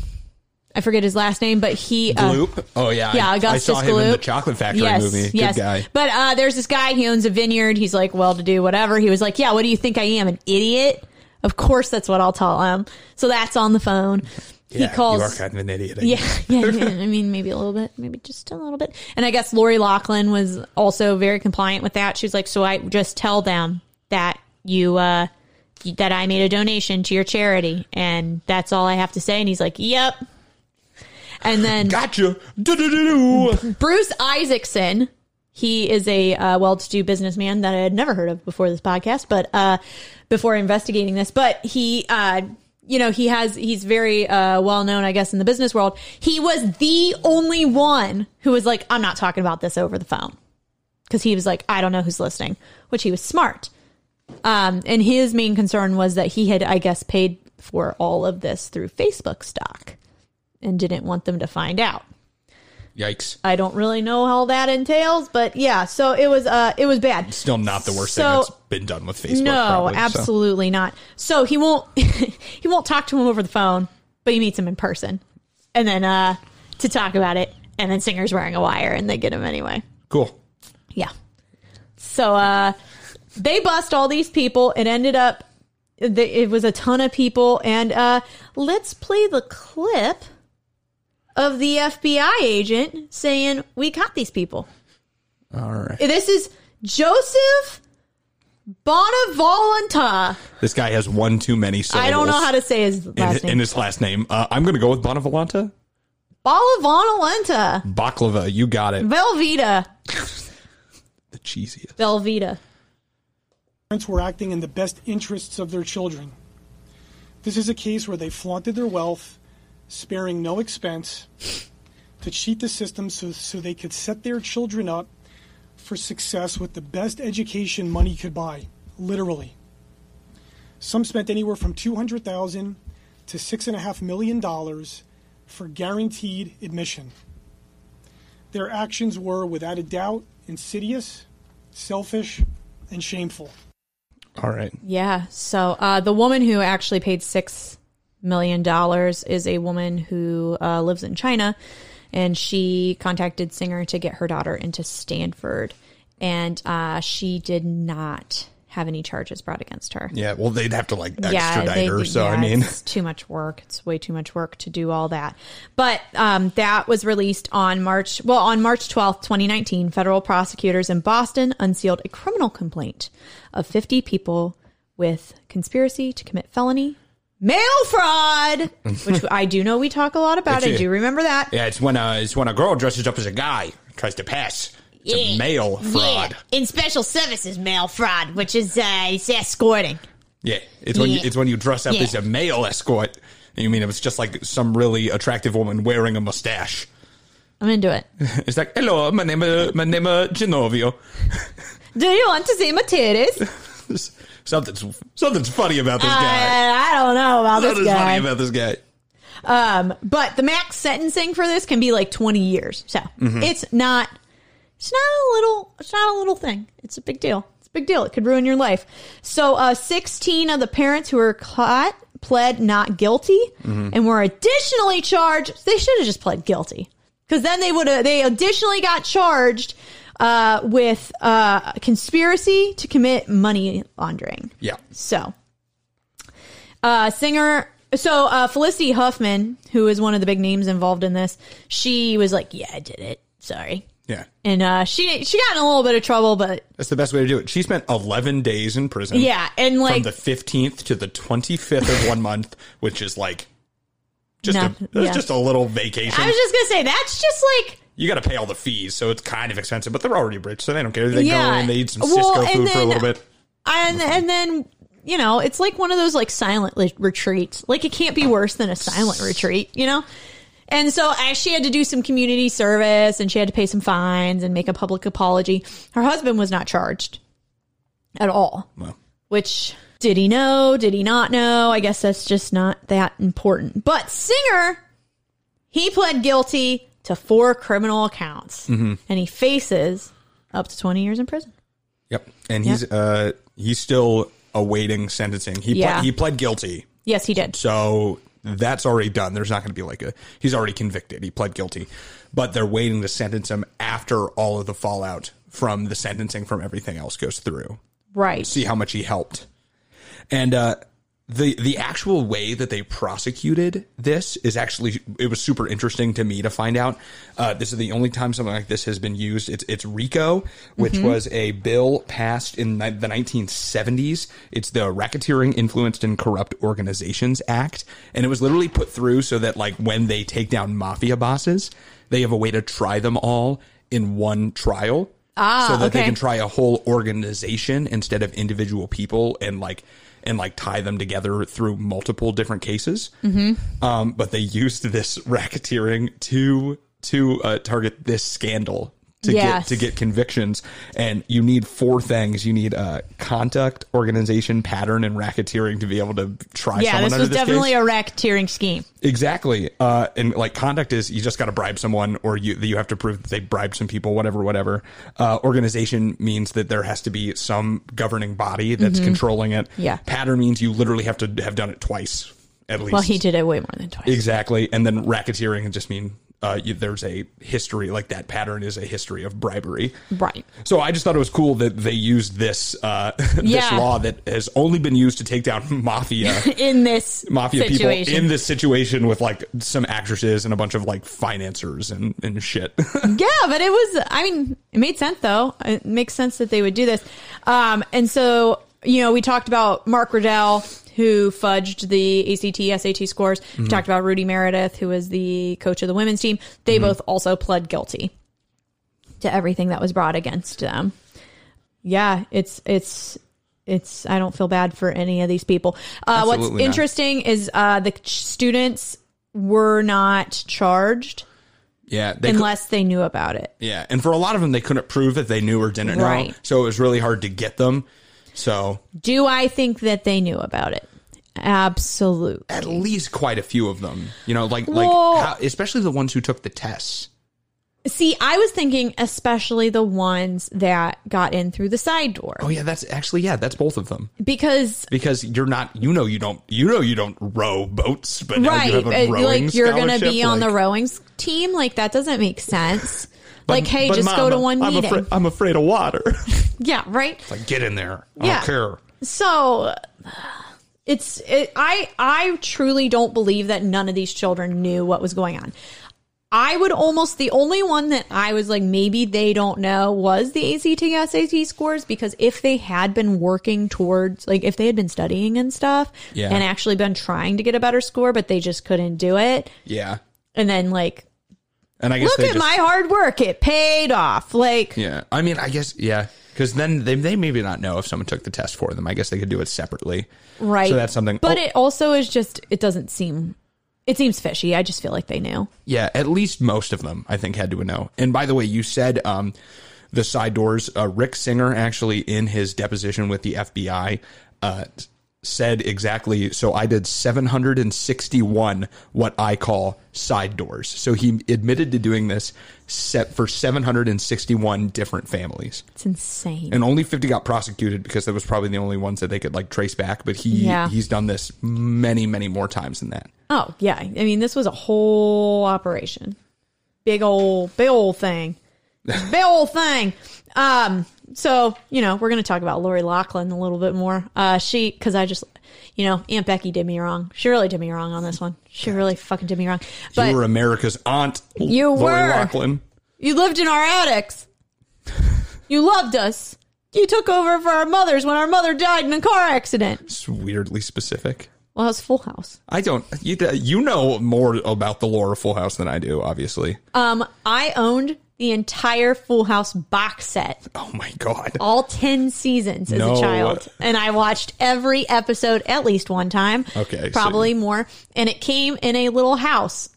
i forget his last name but he uh,
Gloop. Oh yeah.
yeah,
I,
Augustus
I saw him in
Gloop.
the Chocolate Factory
yes,
movie. Good
yes.
guy.
But uh, there's this guy. He owns a vineyard. He's like well to do, whatever. He was like, yeah, what do you think I am, an idiot? Of course, that's what I'll tell him. So that's on the phone.
Yeah,
he calls.
You are kind of an idiot.
yeah, yeah, yeah. I mean, maybe a little bit, maybe just a little bit. And I guess Lori Lachlan was also very compliant with that. She was like, so I just tell them that you. uh that I made a donation to your charity, and that's all I have to say. And he's like, "Yep." And then
Gotcha. Do-do-do-do.
Bruce Isaacson. He is a uh, well-to-do businessman that I had never heard of before this podcast, but uh, before investigating this, but he, uh, you know, he has he's very uh, well known, I guess, in the business world. He was the only one who was like, "I'm not talking about this over the phone," because he was like, "I don't know who's listening," which he was smart. Um, and his main concern was that he had, I guess, paid for all of this through Facebook stock and didn't want them to find out.
Yikes.
I don't really know how that entails, but yeah, so it was uh it was bad.
Still not the worst
So-
thing that's been done with Facebook.
no,
probably, so.
absolutely not. So he won't he won't talk to him over the phone, but he meets him in person. And then uh to talk about it, and then Singer's wearing a wire and they get him anyway.
Cool.
Yeah. So uh they bust all these people. It ended up th- it was a ton of people and uh let's play the clip of the FBI agent saying, "We caught these people."
All right.
This is Joseph Bonavolenta.
This guy has one too many syllables.
I don't know how to say his
in,
last
in
name.
his last name. Uh, I'm going to go with Bonavolanta.
Bonavolenta.
Baklava. You got it.
Velveeta.
The cheesiest.
Velveeta.
parents were acting in the best interests of their children. This is a case where they flaunted their wealth, sparing no expense, to cheat the system so, so they could set their children up for success with the best education money could buy, literally. Some spent anywhere from 200000 to $6.5 million dollars for guaranteed admission. Their actions were, without a doubt, insidious, selfish, and shameful.
All right.
Yeah. So uh, the woman who actually paid six million dollars is a woman who uh, lives in China, and she contacted Singer to get her daughter into Stanford, and uh, she did not have any charges brought against her.
Yeah. Well, they'd have to like extradite
they-
her. So,
yeah,
I mean,
it's too much work. It's way too much work to do all that. But um, that was released on March, well, on March twelfth, twenty nineteen. Federal prosecutors in Boston unsealed a criminal complaint of fifty people with conspiracy to commit felony mail fraud, which I do know we talk a lot about. I
It's a-
do remember that.
yeah, it's when a, it's when a girl dresses up as a guy, tries to pass. It's a male fraud.
in special services mail fraud, which is uh, it's escorting.
Yeah. It's when You,
Yeah.
it's when you dress up
Yeah.
as a male escort. And You mean it was just like some really attractive woman wearing a mustache?
I'm into it.
It's like, hello, my name, uh, my name, uh, Genovio.
do you want to see my titties?
something's something's funny about this
Uh,
guy.
I don't know about this
Something's funny
guy.
about this guy.
But the max sentencing for this can be like 20 years. So it's not It's not a little. It's not a little thing. It's a big deal. It's a big deal. It could ruin your life. So, uh, 16 of the parents who were caught pled not guilty and were additionally charged. They should have just pled guilty because then they would have. They additionally got charged uh, with uh, conspiracy to commit money laundering.
Yeah.
So, uh, singer. So uh, Felicity Huffman, who is one of the big names involved in this, she was like, "Yeah, I did it. Sorry."
Yeah.
And uh, she she got in a little bit of trouble, but
That's the best way to do it. She spent 11 days in prison.
yeah, and
From
like
the 15th to the 25th of one month, which is like just, a,
Nothing,
it's
yeah.
just a little vacation.
I was just gonna say, that's just like
you got to pay all the fees, so it's kind of expensive, but they're already rich, so they don't care. They go
Yeah.
in, they eat some
Well,
Cisco
and
food for a
then-
little bit.
and and then you know it's like one of those like silent li- retreats. Like it can't be worse than a silent retreat, you know. And so as she had to do some community service, and she had to pay some fines and make a public apology. Her husband was not charged at all.
Well,
which did he know? Did he not know? I guess that's just not that important. But Singer, he pled guilty to four criminal accounts
Mm-hmm.
and he faces up to 20 years in prison.
yep. And he's uh he's still awaiting sentencing. He ple-
Yeah.
he pled guilty.
Yes, he did.
So that's already done. There's not going to be like a he's already convicted. He pled guilty, but they're waiting to sentence him after all of the fallout from the sentencing from everything else goes through.
Right.
See how much he helped. And uh, the the actual way that they prosecuted this is actually it was super interesting to me to find out. Uh, this is the only time something like this has been used. It's it's RICO, which was a bill passed in ni- the 1970s. It's the Racketeering Influenced and Corrupt Organizations Act, and it was literally put through so that like when they take down mafia bosses, they have a way to try them all in one trial. Ah, so that they
okay.
can try a whole organization instead of individual people and like and like tie them together through multiple different cases. Mm-hmm. Um, but they used this racketeering to to uh, target this scandal to
Yes.
get to get convictions. And you need four things: you need uh, conduct, organization, pattern, and racketeering to be able to try.
yeah,
someone
this
under
was
this
definitely
case.
a racketeering scheme.
Exactly. Uh, and like conduct is you just got to bribe someone or you you have to prove that they bribed some people, whatever, whatever. Uh, organization means that there has to be some governing body that's controlling it.
Mm-hmm. Yeah.
Pattern means you literally have to have done it twice at least.
Well, he did it way more than twice.
Exactly. And then racketeering just mean uh, you, there's a history like that pattern is a history of bribery.
Right.
So I just thought it was cool that they used this uh, this
Yeah.
law that has only been used to take down mafia
In this
mafia
situation.
people in this situation with like some actresses and a bunch of like financiers and, and shit.
Yeah, but it was. I mean, it made sense though. It makes sense that they would do this. Um, and so you know, we talked about Mark Riddell who fudged the ACT SAT scores.
Mm-hmm.
We talked about Rudy Meredith who was the coach of the women's team. They
Mm-hmm.
both also pled guilty to everything that was brought against them. Yeah, it's it's it's. I don't feel bad for any of these people. Uh, what's
Absolutely not.
interesting is uh, the students were not charged
yeah, they cou-
unless they knew about it.
yeah, and for a lot of them, they couldn't prove that they knew or didn't know,
Right.
so it was really hard to get them. So
Do I think that they knew about it? Absolutely.
at least quite a few of them, you know, like
Well-
like how, especially the ones who took the tests.
See, I was thinking especially the ones that got in through the side door
Oh yeah, that's actually yeah, that's both of them
because
because you're not you know you don't you know you don't row boats, but now
right,
you have a
uh,
rowing
like you're going to be
scholarship,
on the
like-
rowing s- team, like that doesn't make sense.
but-
like, hey,
but
just go
Mama,
to one
I'm
meeting.
afraid- I'm afraid of water.
yeah, right.
like get in there. I
Yeah.
don't care.
So it's it, I I truly don't believe that none of these children knew what was going on. I would almost the only one that I was like maybe they don't know was the ACT SAT scores because if they had been working towards like if they had been studying and stuff
Yeah.
and actually been trying to get a better score but they just couldn't do it
Yeah.
and then like
And I guess
look
they
at
just,
my hard work it paid off like
Yeah, I mean, I guess yeah, because then they they maybe not know if someone took the test for them. I guess they could do it separately.
right
So that's something-
but
oh.
it also is just it doesn't seem it seems fishy I just feel like they knew
Yeah, at least most of them, I think, had to know. And by the way, you said um, the side doors. Uh, Rick Singer actually in his deposition with the FBI uh, said exactly. So I did 761 what I call side doors. So he admitted to doing this set for 761 different families.
It's insane.
And only 50 got prosecuted because that was probably the only ones that they could like trace back, but he
Yeah.
he's done this many many more times than that.
Oh yeah, I mean this was a whole operation, big old big old thing, big old thing. Um, so you know we're gonna talk about Lori Lachlan a little bit more. Uh, she because I just you know Aunt Becky did me wrong. She really did me wrong on this one. She really fucking did me wrong. But
you were America's aunt.
You
Lori
were.
Loughlin.
You lived in our attics. You loved us. You took over for our mothers when our mother died in a car accident.
It's weirdly specific.
Well, that was Full House.
I don't you you know more about the Laura Full House than I do, obviously.
Um, I owned the entire Full House box set,
oh my god.
all 10 seasons as
No.
a child. And I watched every episode at least one time.
Okay, so-
Probably more. And it came in a little house.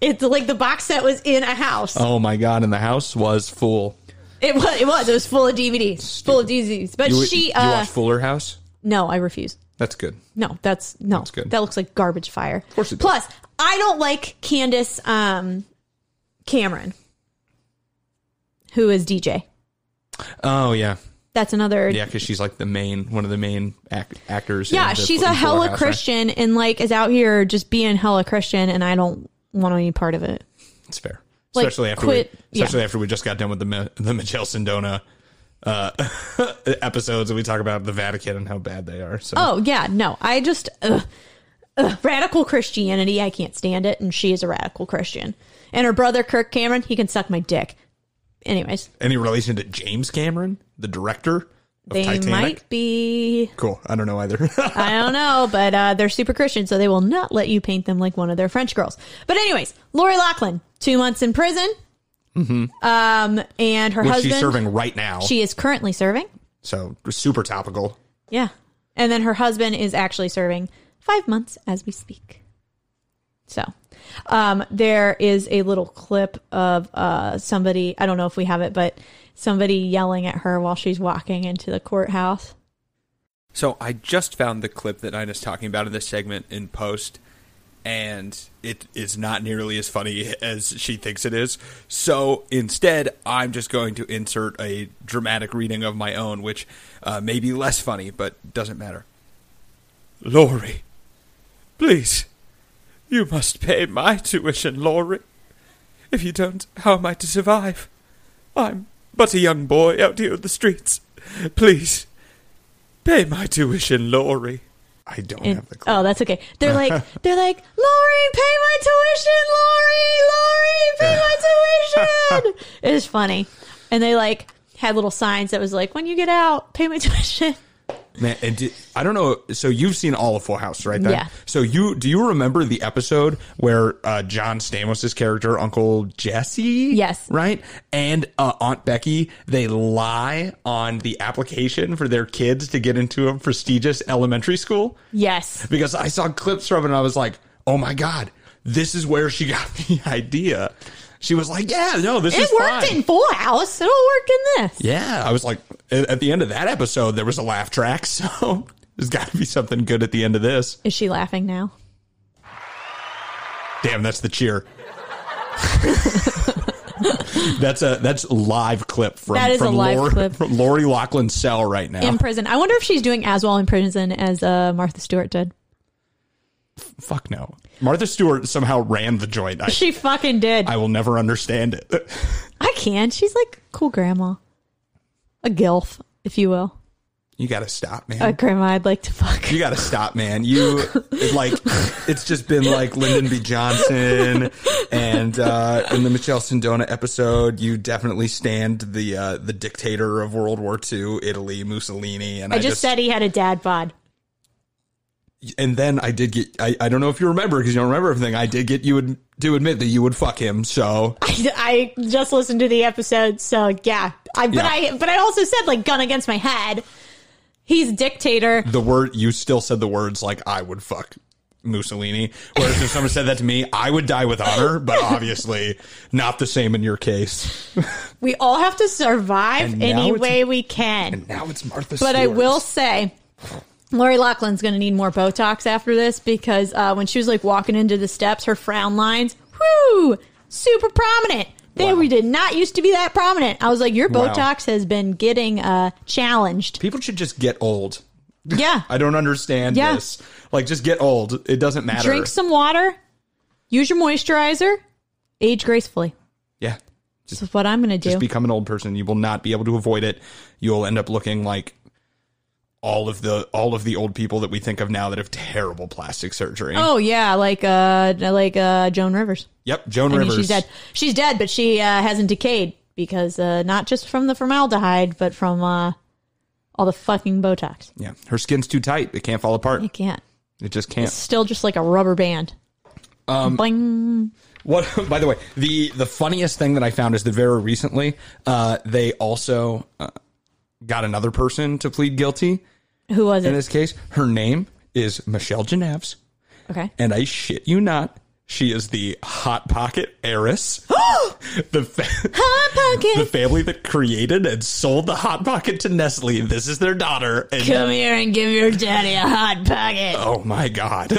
It's like the box set was in a house.
Oh my god, and the house was full.
It was. It was. It was full of DVDs, full of DVDs. But
You,
she.
you
Uh,
watch Fuller House?
No, I refuse.
That's good.
No, that's no.
good.
That looks like garbage fire. Of
course it does.
Plus, I don't like Candace um, Cameron, who is DJ.
Oh yeah,
That's another.
yeah, because she's like the main one of the main act- actors. in
Yeah,
the-
she's
in Fuller
a
House,
hella
right?
Christian and like is out here just being hella Christian, and I don't want any part of it.
It's fair,
Like,
especially after
quit-
we,
yeah.
especially after we just got done with the Mi- the Michelle Sindona uh, episodes, and we talk about the Vatican and how bad they are. So
Oh yeah, no, I just ugh, ugh, radical Christianity. I can't stand it, and she is a radical Christian. And her brother Kirk Cameron, he can suck my dick. Anyways,
any relation to James Cameron, the director of
they
Titanic?
might be
Cool. I don't know either.
I don't know, but uh, they're super Christian, so they will not let you paint them like one of their French girls. But anyways, Lori Lachlan, two months in prison.
Mm-hmm.
Um, and her
Which
husband,
she's serving right now.
she is currently serving.
so super topical.
Yeah, and then her husband is actually serving five months as we speak. So, um, there is a little clip of uh somebody. I don't know if we have it, but somebody yelling at her while she's walking into the courthouse.
So I just found the clip that Ina's talking about in this segment in post, and it is not nearly as funny as she thinks it is. So instead, I'm just going to insert a dramatic reading of my own, which uh, may be less funny, but doesn't matter. Lori, please, you must pay my tuition, Lori. If you don't, how am I to survive? I'm but a young boy out here in the streets. Please, Pay my tuition, Laurie.
I don't
And-
have the clue.
oh, that's okay. They're like, they're like, Lori, pay my tuition, Lori, Lori, pay my tuition. it was funny, and they like had little signs that was like, when you get out, pay my tuition.
Man, and did, I don't know. So you've seen all of Full House, right? Then?
Yeah.
So you do you remember the episode where uh, John Stamos' character, Uncle Jesse,
Yes.
right, and uh, Aunt Becky, they lie on the application for their kids to get into a prestigious elementary school
Yes,
because I saw clips from it and I was like, oh my god, this is where she got the idea. She was like, yeah, no, this is
it worked
fine.
in Full House. It'll work in this.
Yeah, I was like, at at the end of that episode, there was a laugh track, so there's got to be something good at the end of this.
Is she laughing now?
Damn, that's the cheer. that's a that's live clip from
That is
from
a live
Lori,
clip.
from Lori Lachlan's cell right now.
In prison, I wonder if she's doing as well in prison as uh, Martha Stewart did.
Fuck no, Martha Stewart somehow ran the joint. I,
She fucking did.
I will never understand it.
I can. She's like cool grandma, a gilf, if you will.
You got to stop, man.
A grandma I'd like to fuck.
You got to stop, man. You it, like it's just been like Lyndon B. Johnson and uh, in the Michelle Sindona episode, you definitely stand the uh, the dictator of World War II, Italy, Mussolini, and I,
I just said he had a dad bod.
and then I did get I, I don't know if you remember because you don't remember everything. I did get you would to admit that you would fuck him. So
I just listened to the episode, so yeah. I but
Yeah.
I but I also said like gun against my head. He's dictator.
the word you still said the words like I would fuck. Mussolini. Whereas if someone said that to me, I would die with honor, but obviously not the same in your case.
We all have to survive
And now
any
it's-
way we can.
Now it's Martha
But I
Stewart's.
will say, Lori Loughlin's going to need more Botox after this because uh, when she was like walking into the steps, her frown lines, whoo, super prominent. They
Wow.
we did not used to be that prominent. I was like, your
Wow.
Botox has been getting uh, challenged.
People should just get old.
Yeah.
I don't understand
Yeah.
this. Like, just get old. It doesn't matter.
Drink some water. Use your moisturizer. Age gracefully.
yeah. Just,
This is what I'm going to do.
just become an old person. You will not be able to avoid it. You'll end up looking like all of the all of the old people that we think of now that have terrible plastic surgery.
oh yeah, like uh, like uh, Joan Rivers.
Yep, Joan
I mean,
Rivers.
she's dead. She's dead, but she uh, hasn't decayed because uh, not just from the formaldehyde, but from uh, all the fucking Botox.
Yeah, her skin's too tight. It can't fall apart.
It can't.
It just
It's
can't.
still just like a rubber band. Um, Bling.
What? By the way, the the funniest thing that I found is that very recently uh, they also uh, got another person to plead guilty
Who was it?
in this case. Her name is Michelle Genevs,
okay.
and I shit you not, she is the hot pocket heiress. the fa-
Hot
the
pocket.
family that created and sold the hot pocket to Nestle. This is their daughter. And
Come here and give your daddy a hot pocket.
Oh my god!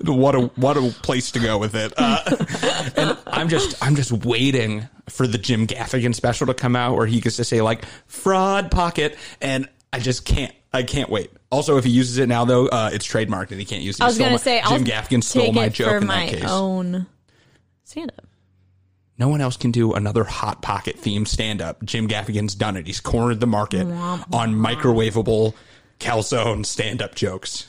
what a what a place to go with it. Uh, and I'm just I'm just waiting for the Jim Gaffigan special to come out where he gets to say like fraud pocket, and I just can't I can't wait. Also, if he uses it now though, uh, it's trademarked and he can't use it.
I was
He stole
gonna
my-
say I'll
Jim Gaffigan stole
take
my
it
joke
for
in that
my
case.
own stand up.
No one else can do another hot pocket themed stand up. Jim Gaffigan's done it. He's cornered the market on microwavable calzone stand up jokes.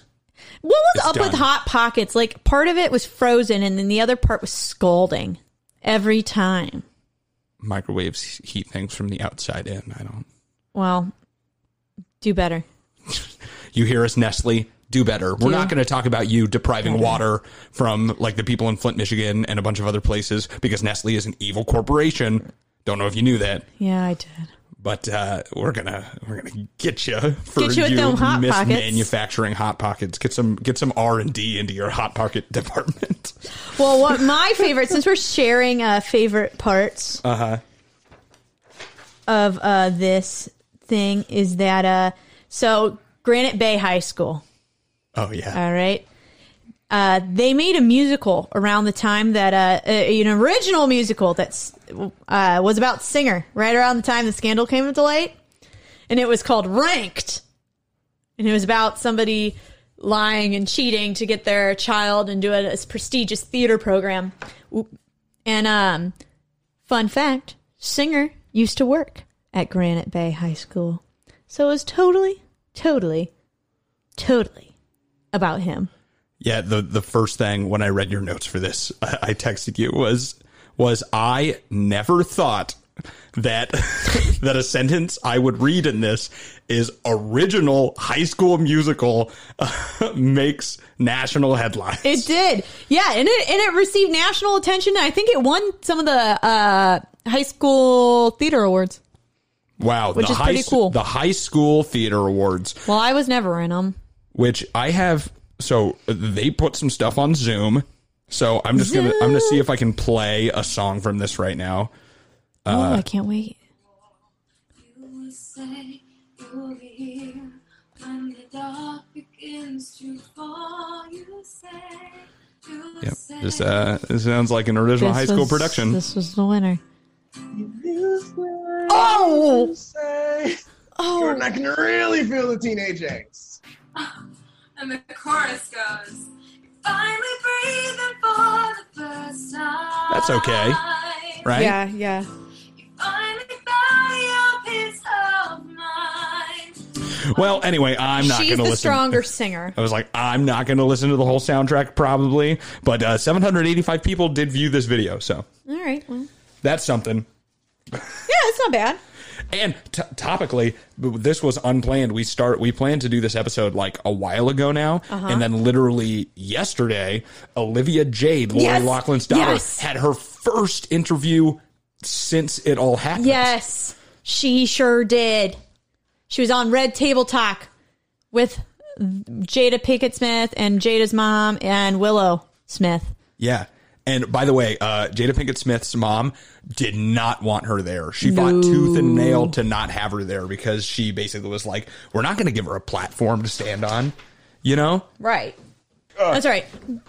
What was
It's
up with
done.
hot pockets? Like part of it was frozen, and then the other part was scalding every time.
Microwaves heat things from the outside in. I don't.
Well, do better.
You hear us, Nestle. Do better. We're
Do
not going to talk about you depriving water from like the people in Flint, Michigan, and a bunch of other places because Nestle is an evil corporation. Don't know if you knew that,
Yeah, I did.
but uh, we're gonna we're gonna get you for
Get you with them Hot Pockets.
manufacturing hot pockets. Get some get some R and D into your hot pocket department.
Well, what my favorite, since we're sharing uh, favorite parts of uh, this thing, is that uh, so Granite Bay High School.
Oh yeah,
All right. Uh, they made a musical around the time that uh, a- an original musical that's uh, was about Singer, right around the time the scandal came to light, and it was called Ranked, and it was about somebody lying and cheating to get their child into a, a prestigious theater program. Oop. And um, fun fact: Singer used to work at Granite Bay High School, so it was totally, totally, totally about him.
yeah. The the first thing when I read your notes for this, I, I texted you was was I never thought that that a sentence I would read in this is original High School Musical makes national headlines.
It did, yeah, and it and it received national attention. I think it won some of the uh, high school theater awards.
wow,
which
the
is
high,
pretty
s-
cool.
The High School Theater Awards.
Well, I was never in them.
which I have. So they put some stuff on Zoom. So I'm just gonna I'm gonna see if I can play a song from this right now. Uh,
oh, I can't wait.
You say you'll be here when the dark begins to fall. You say you'll
Yep,
say
this uh this sounds like an original high school production.
This was the winner.
Oh! Say, Jordan, I can really feel the teenage angst.
and the chorus goes. Finally breathing for the first time.
That's okay, right?
yeah.
Finally found your peace of mind.
Well, anyway, I'm not
She's
gonna
the
listen.
stronger singer.
I was like, I'm not gonna listen to the whole soundtrack probably, but uh, 785 people did view this video, so
All right. Well, yeah,
that's something.
it's not bad.
And t- topically, b- this was unplanned. We start we planned to do this episode like a while ago now,
Uh-huh.
and then literally yesterday, Olivia Jade, Lori
Yes!
Loughlin's daughter,
Yes!
had her first interview since it all happened.
Yes, she sure did. She was on Red Table Talk with Jada Pinkett Smith and Jada's mom and Willow Smith.
Yeah. And by the way, uh, Jada Pinkett Smith's mom did not want her there. She fought tooth and nail to not have her there because she basically was like, we're not going to give her a platform to stand on, you know?
Right.
Uh.
That's right. Um,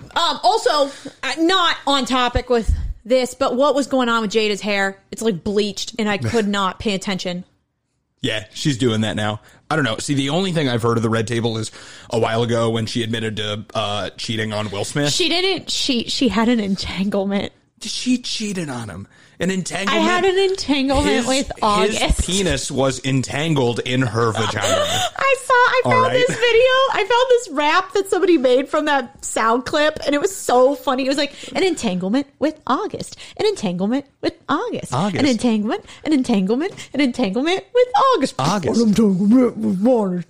also, uh, not on topic with this, but what was going on with Jada's hair? It's like bleached, and I could not pay attention.
Yeah, she's doing that now. I don't know. See, the only thing I've heard of the red table is a while ago when she admitted to uh, cheating on Will Smith.
She didn't. She she had an entanglement.
she cheated on him. An
I
entanglement.
had an entanglement
His-
with August.
His penis was entangled in her vagina.
I saw. I
All
found
right.
this video. I found this rap that somebody made from that sound clip, and it was so funny. It was like an entanglement with August, an entanglement with August,
August.
an entanglement, an entanglement, an entanglement with August.
August.
An entanglement with August.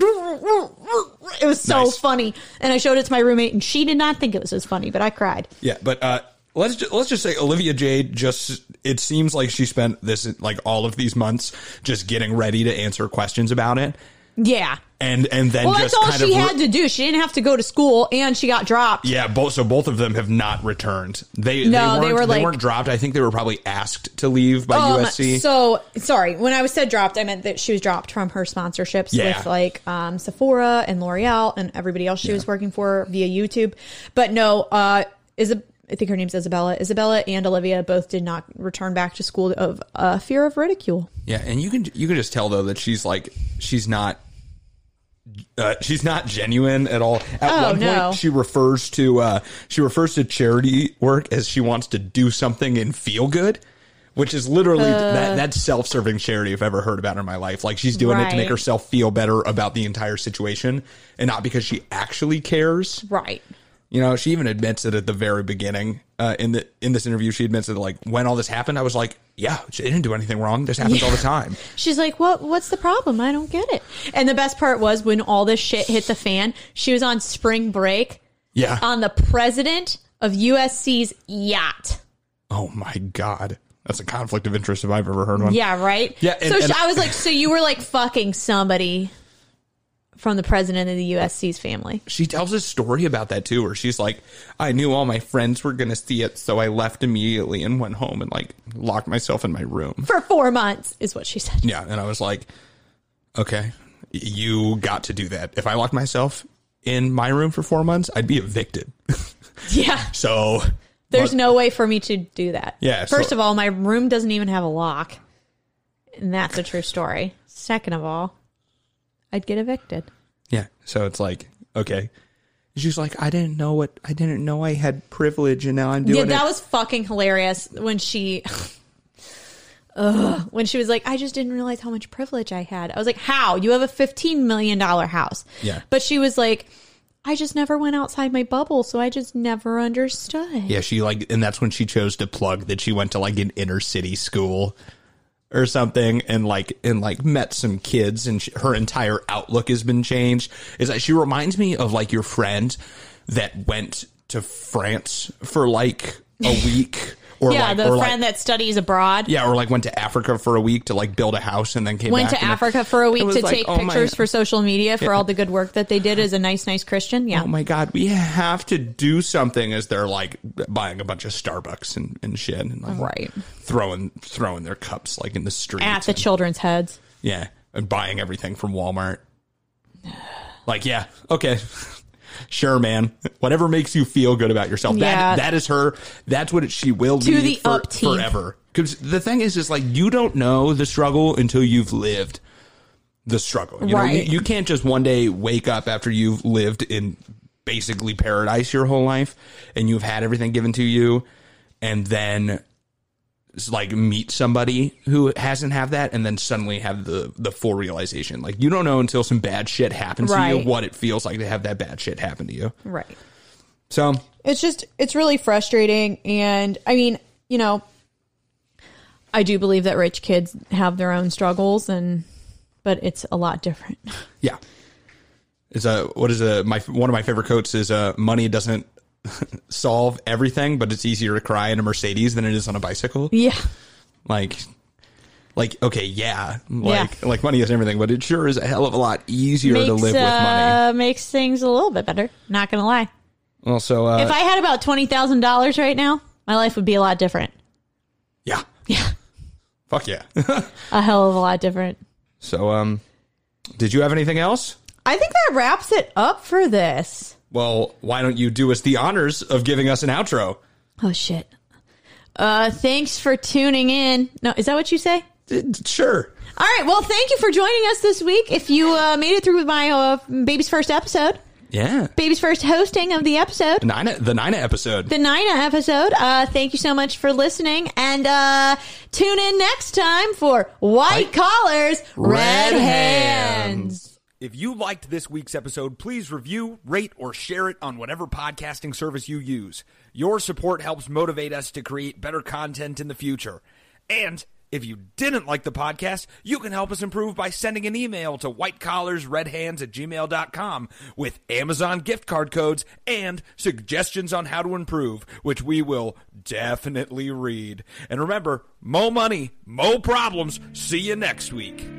It was so
Nice.
funny, and I showed it to my roommate, and she did not think it was as funny, but I cried.
Yeah, but uh, let's ju- let's just say Olivia Jade just it seems like she spent this like all of these months just getting ready to answer questions about it,
Yeah.
and and then
Well, that's
just
all
kind
she
of re-
had to do. She didn't have to go to school, and she got dropped.
yeah. Both so both of them have not returned. They they, weren't,
No, they
they,
were, like-
weren't dropped. I think they were probably asked to leave by
Um,
USC.
So sorry, when I was said dropped, I meant that she was dropped from her sponsorships
Yeah.
with like um, Sephora and L'Oreal and everybody else she was working for via YouTube. But no, uh, is I think her name's Isabella. Isabella and Olivia both did not return back to school of uh, fear of ridicule.
yeah, and you can you can just tell though that she's like she's not. Uh, she's not genuine at all. At
Oh,
one point,
no.
she refers to uh, she refers to charity work as she wants to do something and feel good, which is literally
Uh.
that that's self serving charity I've ever heard about in my life. Like she's doing it to
Right.
make herself feel better about the entire situation and not because she actually cares.
Right.
You know, she even admits it at the very beginning uh, in the in this interview. She admits that like when all this happened, I was like, yeah, she didn't do anything wrong. This happens all the time.
She's like, "What? What's the problem? I don't get it." And the best part was when all this shit hit the fan. She was on spring break
Yeah.
on the president of USC's yacht.
oh my god, that's a conflict of interest if I've ever heard one.
Yeah, right.
Yeah, and-
so
and-
sh I was like, so you were like fucking somebody from the president of the USC's family.
she tells a story about that too, where she's like, I knew all my friends were gonna see it, so I left immediately and went home and like locked myself in my room.
For four months is what she said.
Yeah, and I was like, Okay, you got to do that. If I locked myself in my room for four months, I'd be evicted.
Yeah.
so
There's
but-
no way for me to do that.
Yeah,
First
so-
of all, my room doesn't even have a lock. And that's a true story. Second of all, I'd get evicted.
Yeah. So it's like, okay. She's like, I didn't know what I didn't know I had privilege and now I'm doing
Yeah,
it.
that was fucking hilarious when she Ugh, when she was like, I just didn't realize how much privilege I had. I was like, How? You have a fifteen million dollar house.
Yeah.
But she was like, I just never went outside my bubble, so I just never understood.
yeah, she like and that's when she chose to plug that she went to like an inner city school or something and like and like met some kids and sh her entire outlook has been changed. Is that she reminds me of like your friend that went to France for like a week or
yeah,
like
the
or
friend
like,
that studies abroad
yeah, or like went to Africa for a week to like build a house and then came
went
back
to
and-
Africa for a
it
week
was
to
like,
take
oh my-
pictures for social media for all the good work that they did as a nice, nice Christian. Yeah.
oh my god, we have to do something as they're like buying a bunch of Starbucks and, and shit and like
Right.
throwing throwing their cups like in the street.
At the
and-
children's heads.
yeah. And buying everything from Walmart. Like, yeah, okay. Sure, man. Whatever makes you feel good about yourself.
Yeah.
That that is her. That's what she will
To
be
the
for-
upteenth.
forever. Because the thing is, is like you don't know the struggle until you've lived the struggle. You know,
Right.
you, you can't just one day wake up after you've lived in basically paradise your whole life and you've had everything given to you and then s- like meet somebody who hasn't have that and then suddenly have the the full realization. Like you don't know until some bad shit happens to
Right.
you what it feels like to have that bad shit happen to you.
Right.
So
it's just it's really frustrating and i mean you know i do believe that rich kids have their own struggles and but it's a lot different
Yeah. Is a what is a my one of my favorite quotes is uh money doesn't solve everything, but it's easier to cry in a Mercedes than it is on a bicycle.
yeah
Like
like okay, yeah, like like money is everything, but it sure is a hell of a lot easier
Makes,
to live with money.
uh, makes things a little bit better. Not gonna lie.
Also, uh,
if I had about twenty thousand dollars right now, my life would be a lot different.
yeah,
Yeah,
fuck yeah.
a hell of a lot different.
so, um, did you have anything else?
I think that wraps it up for this.
Well, why don't you do us the honors of giving us an outro?
Oh shit. Uh, thanks for tuning in. No, is that what you say?
Sure.
All right. Well, thank you for joining us this week. If you uh, made it through with my uh, baby's first episode,
Yeah.
baby's first hosting of the episode,
Nina, the Nina episode.
the Nina episode. Uh, thank you so much for listening, and uh, tune in next time for White Collars, Red,
Red
hands.
If you liked this week's episode, please review, rate, or share it on whatever podcasting service you use. Your support helps motivate us to create better content in the future. And if you didn't like the podcast, you can help us improve by sending an email to whitecollarsredhands at gmail.com with Amazon gift card codes and suggestions on how to improve, which we will definitely read. And remember, mo money, mo problems. See you next week.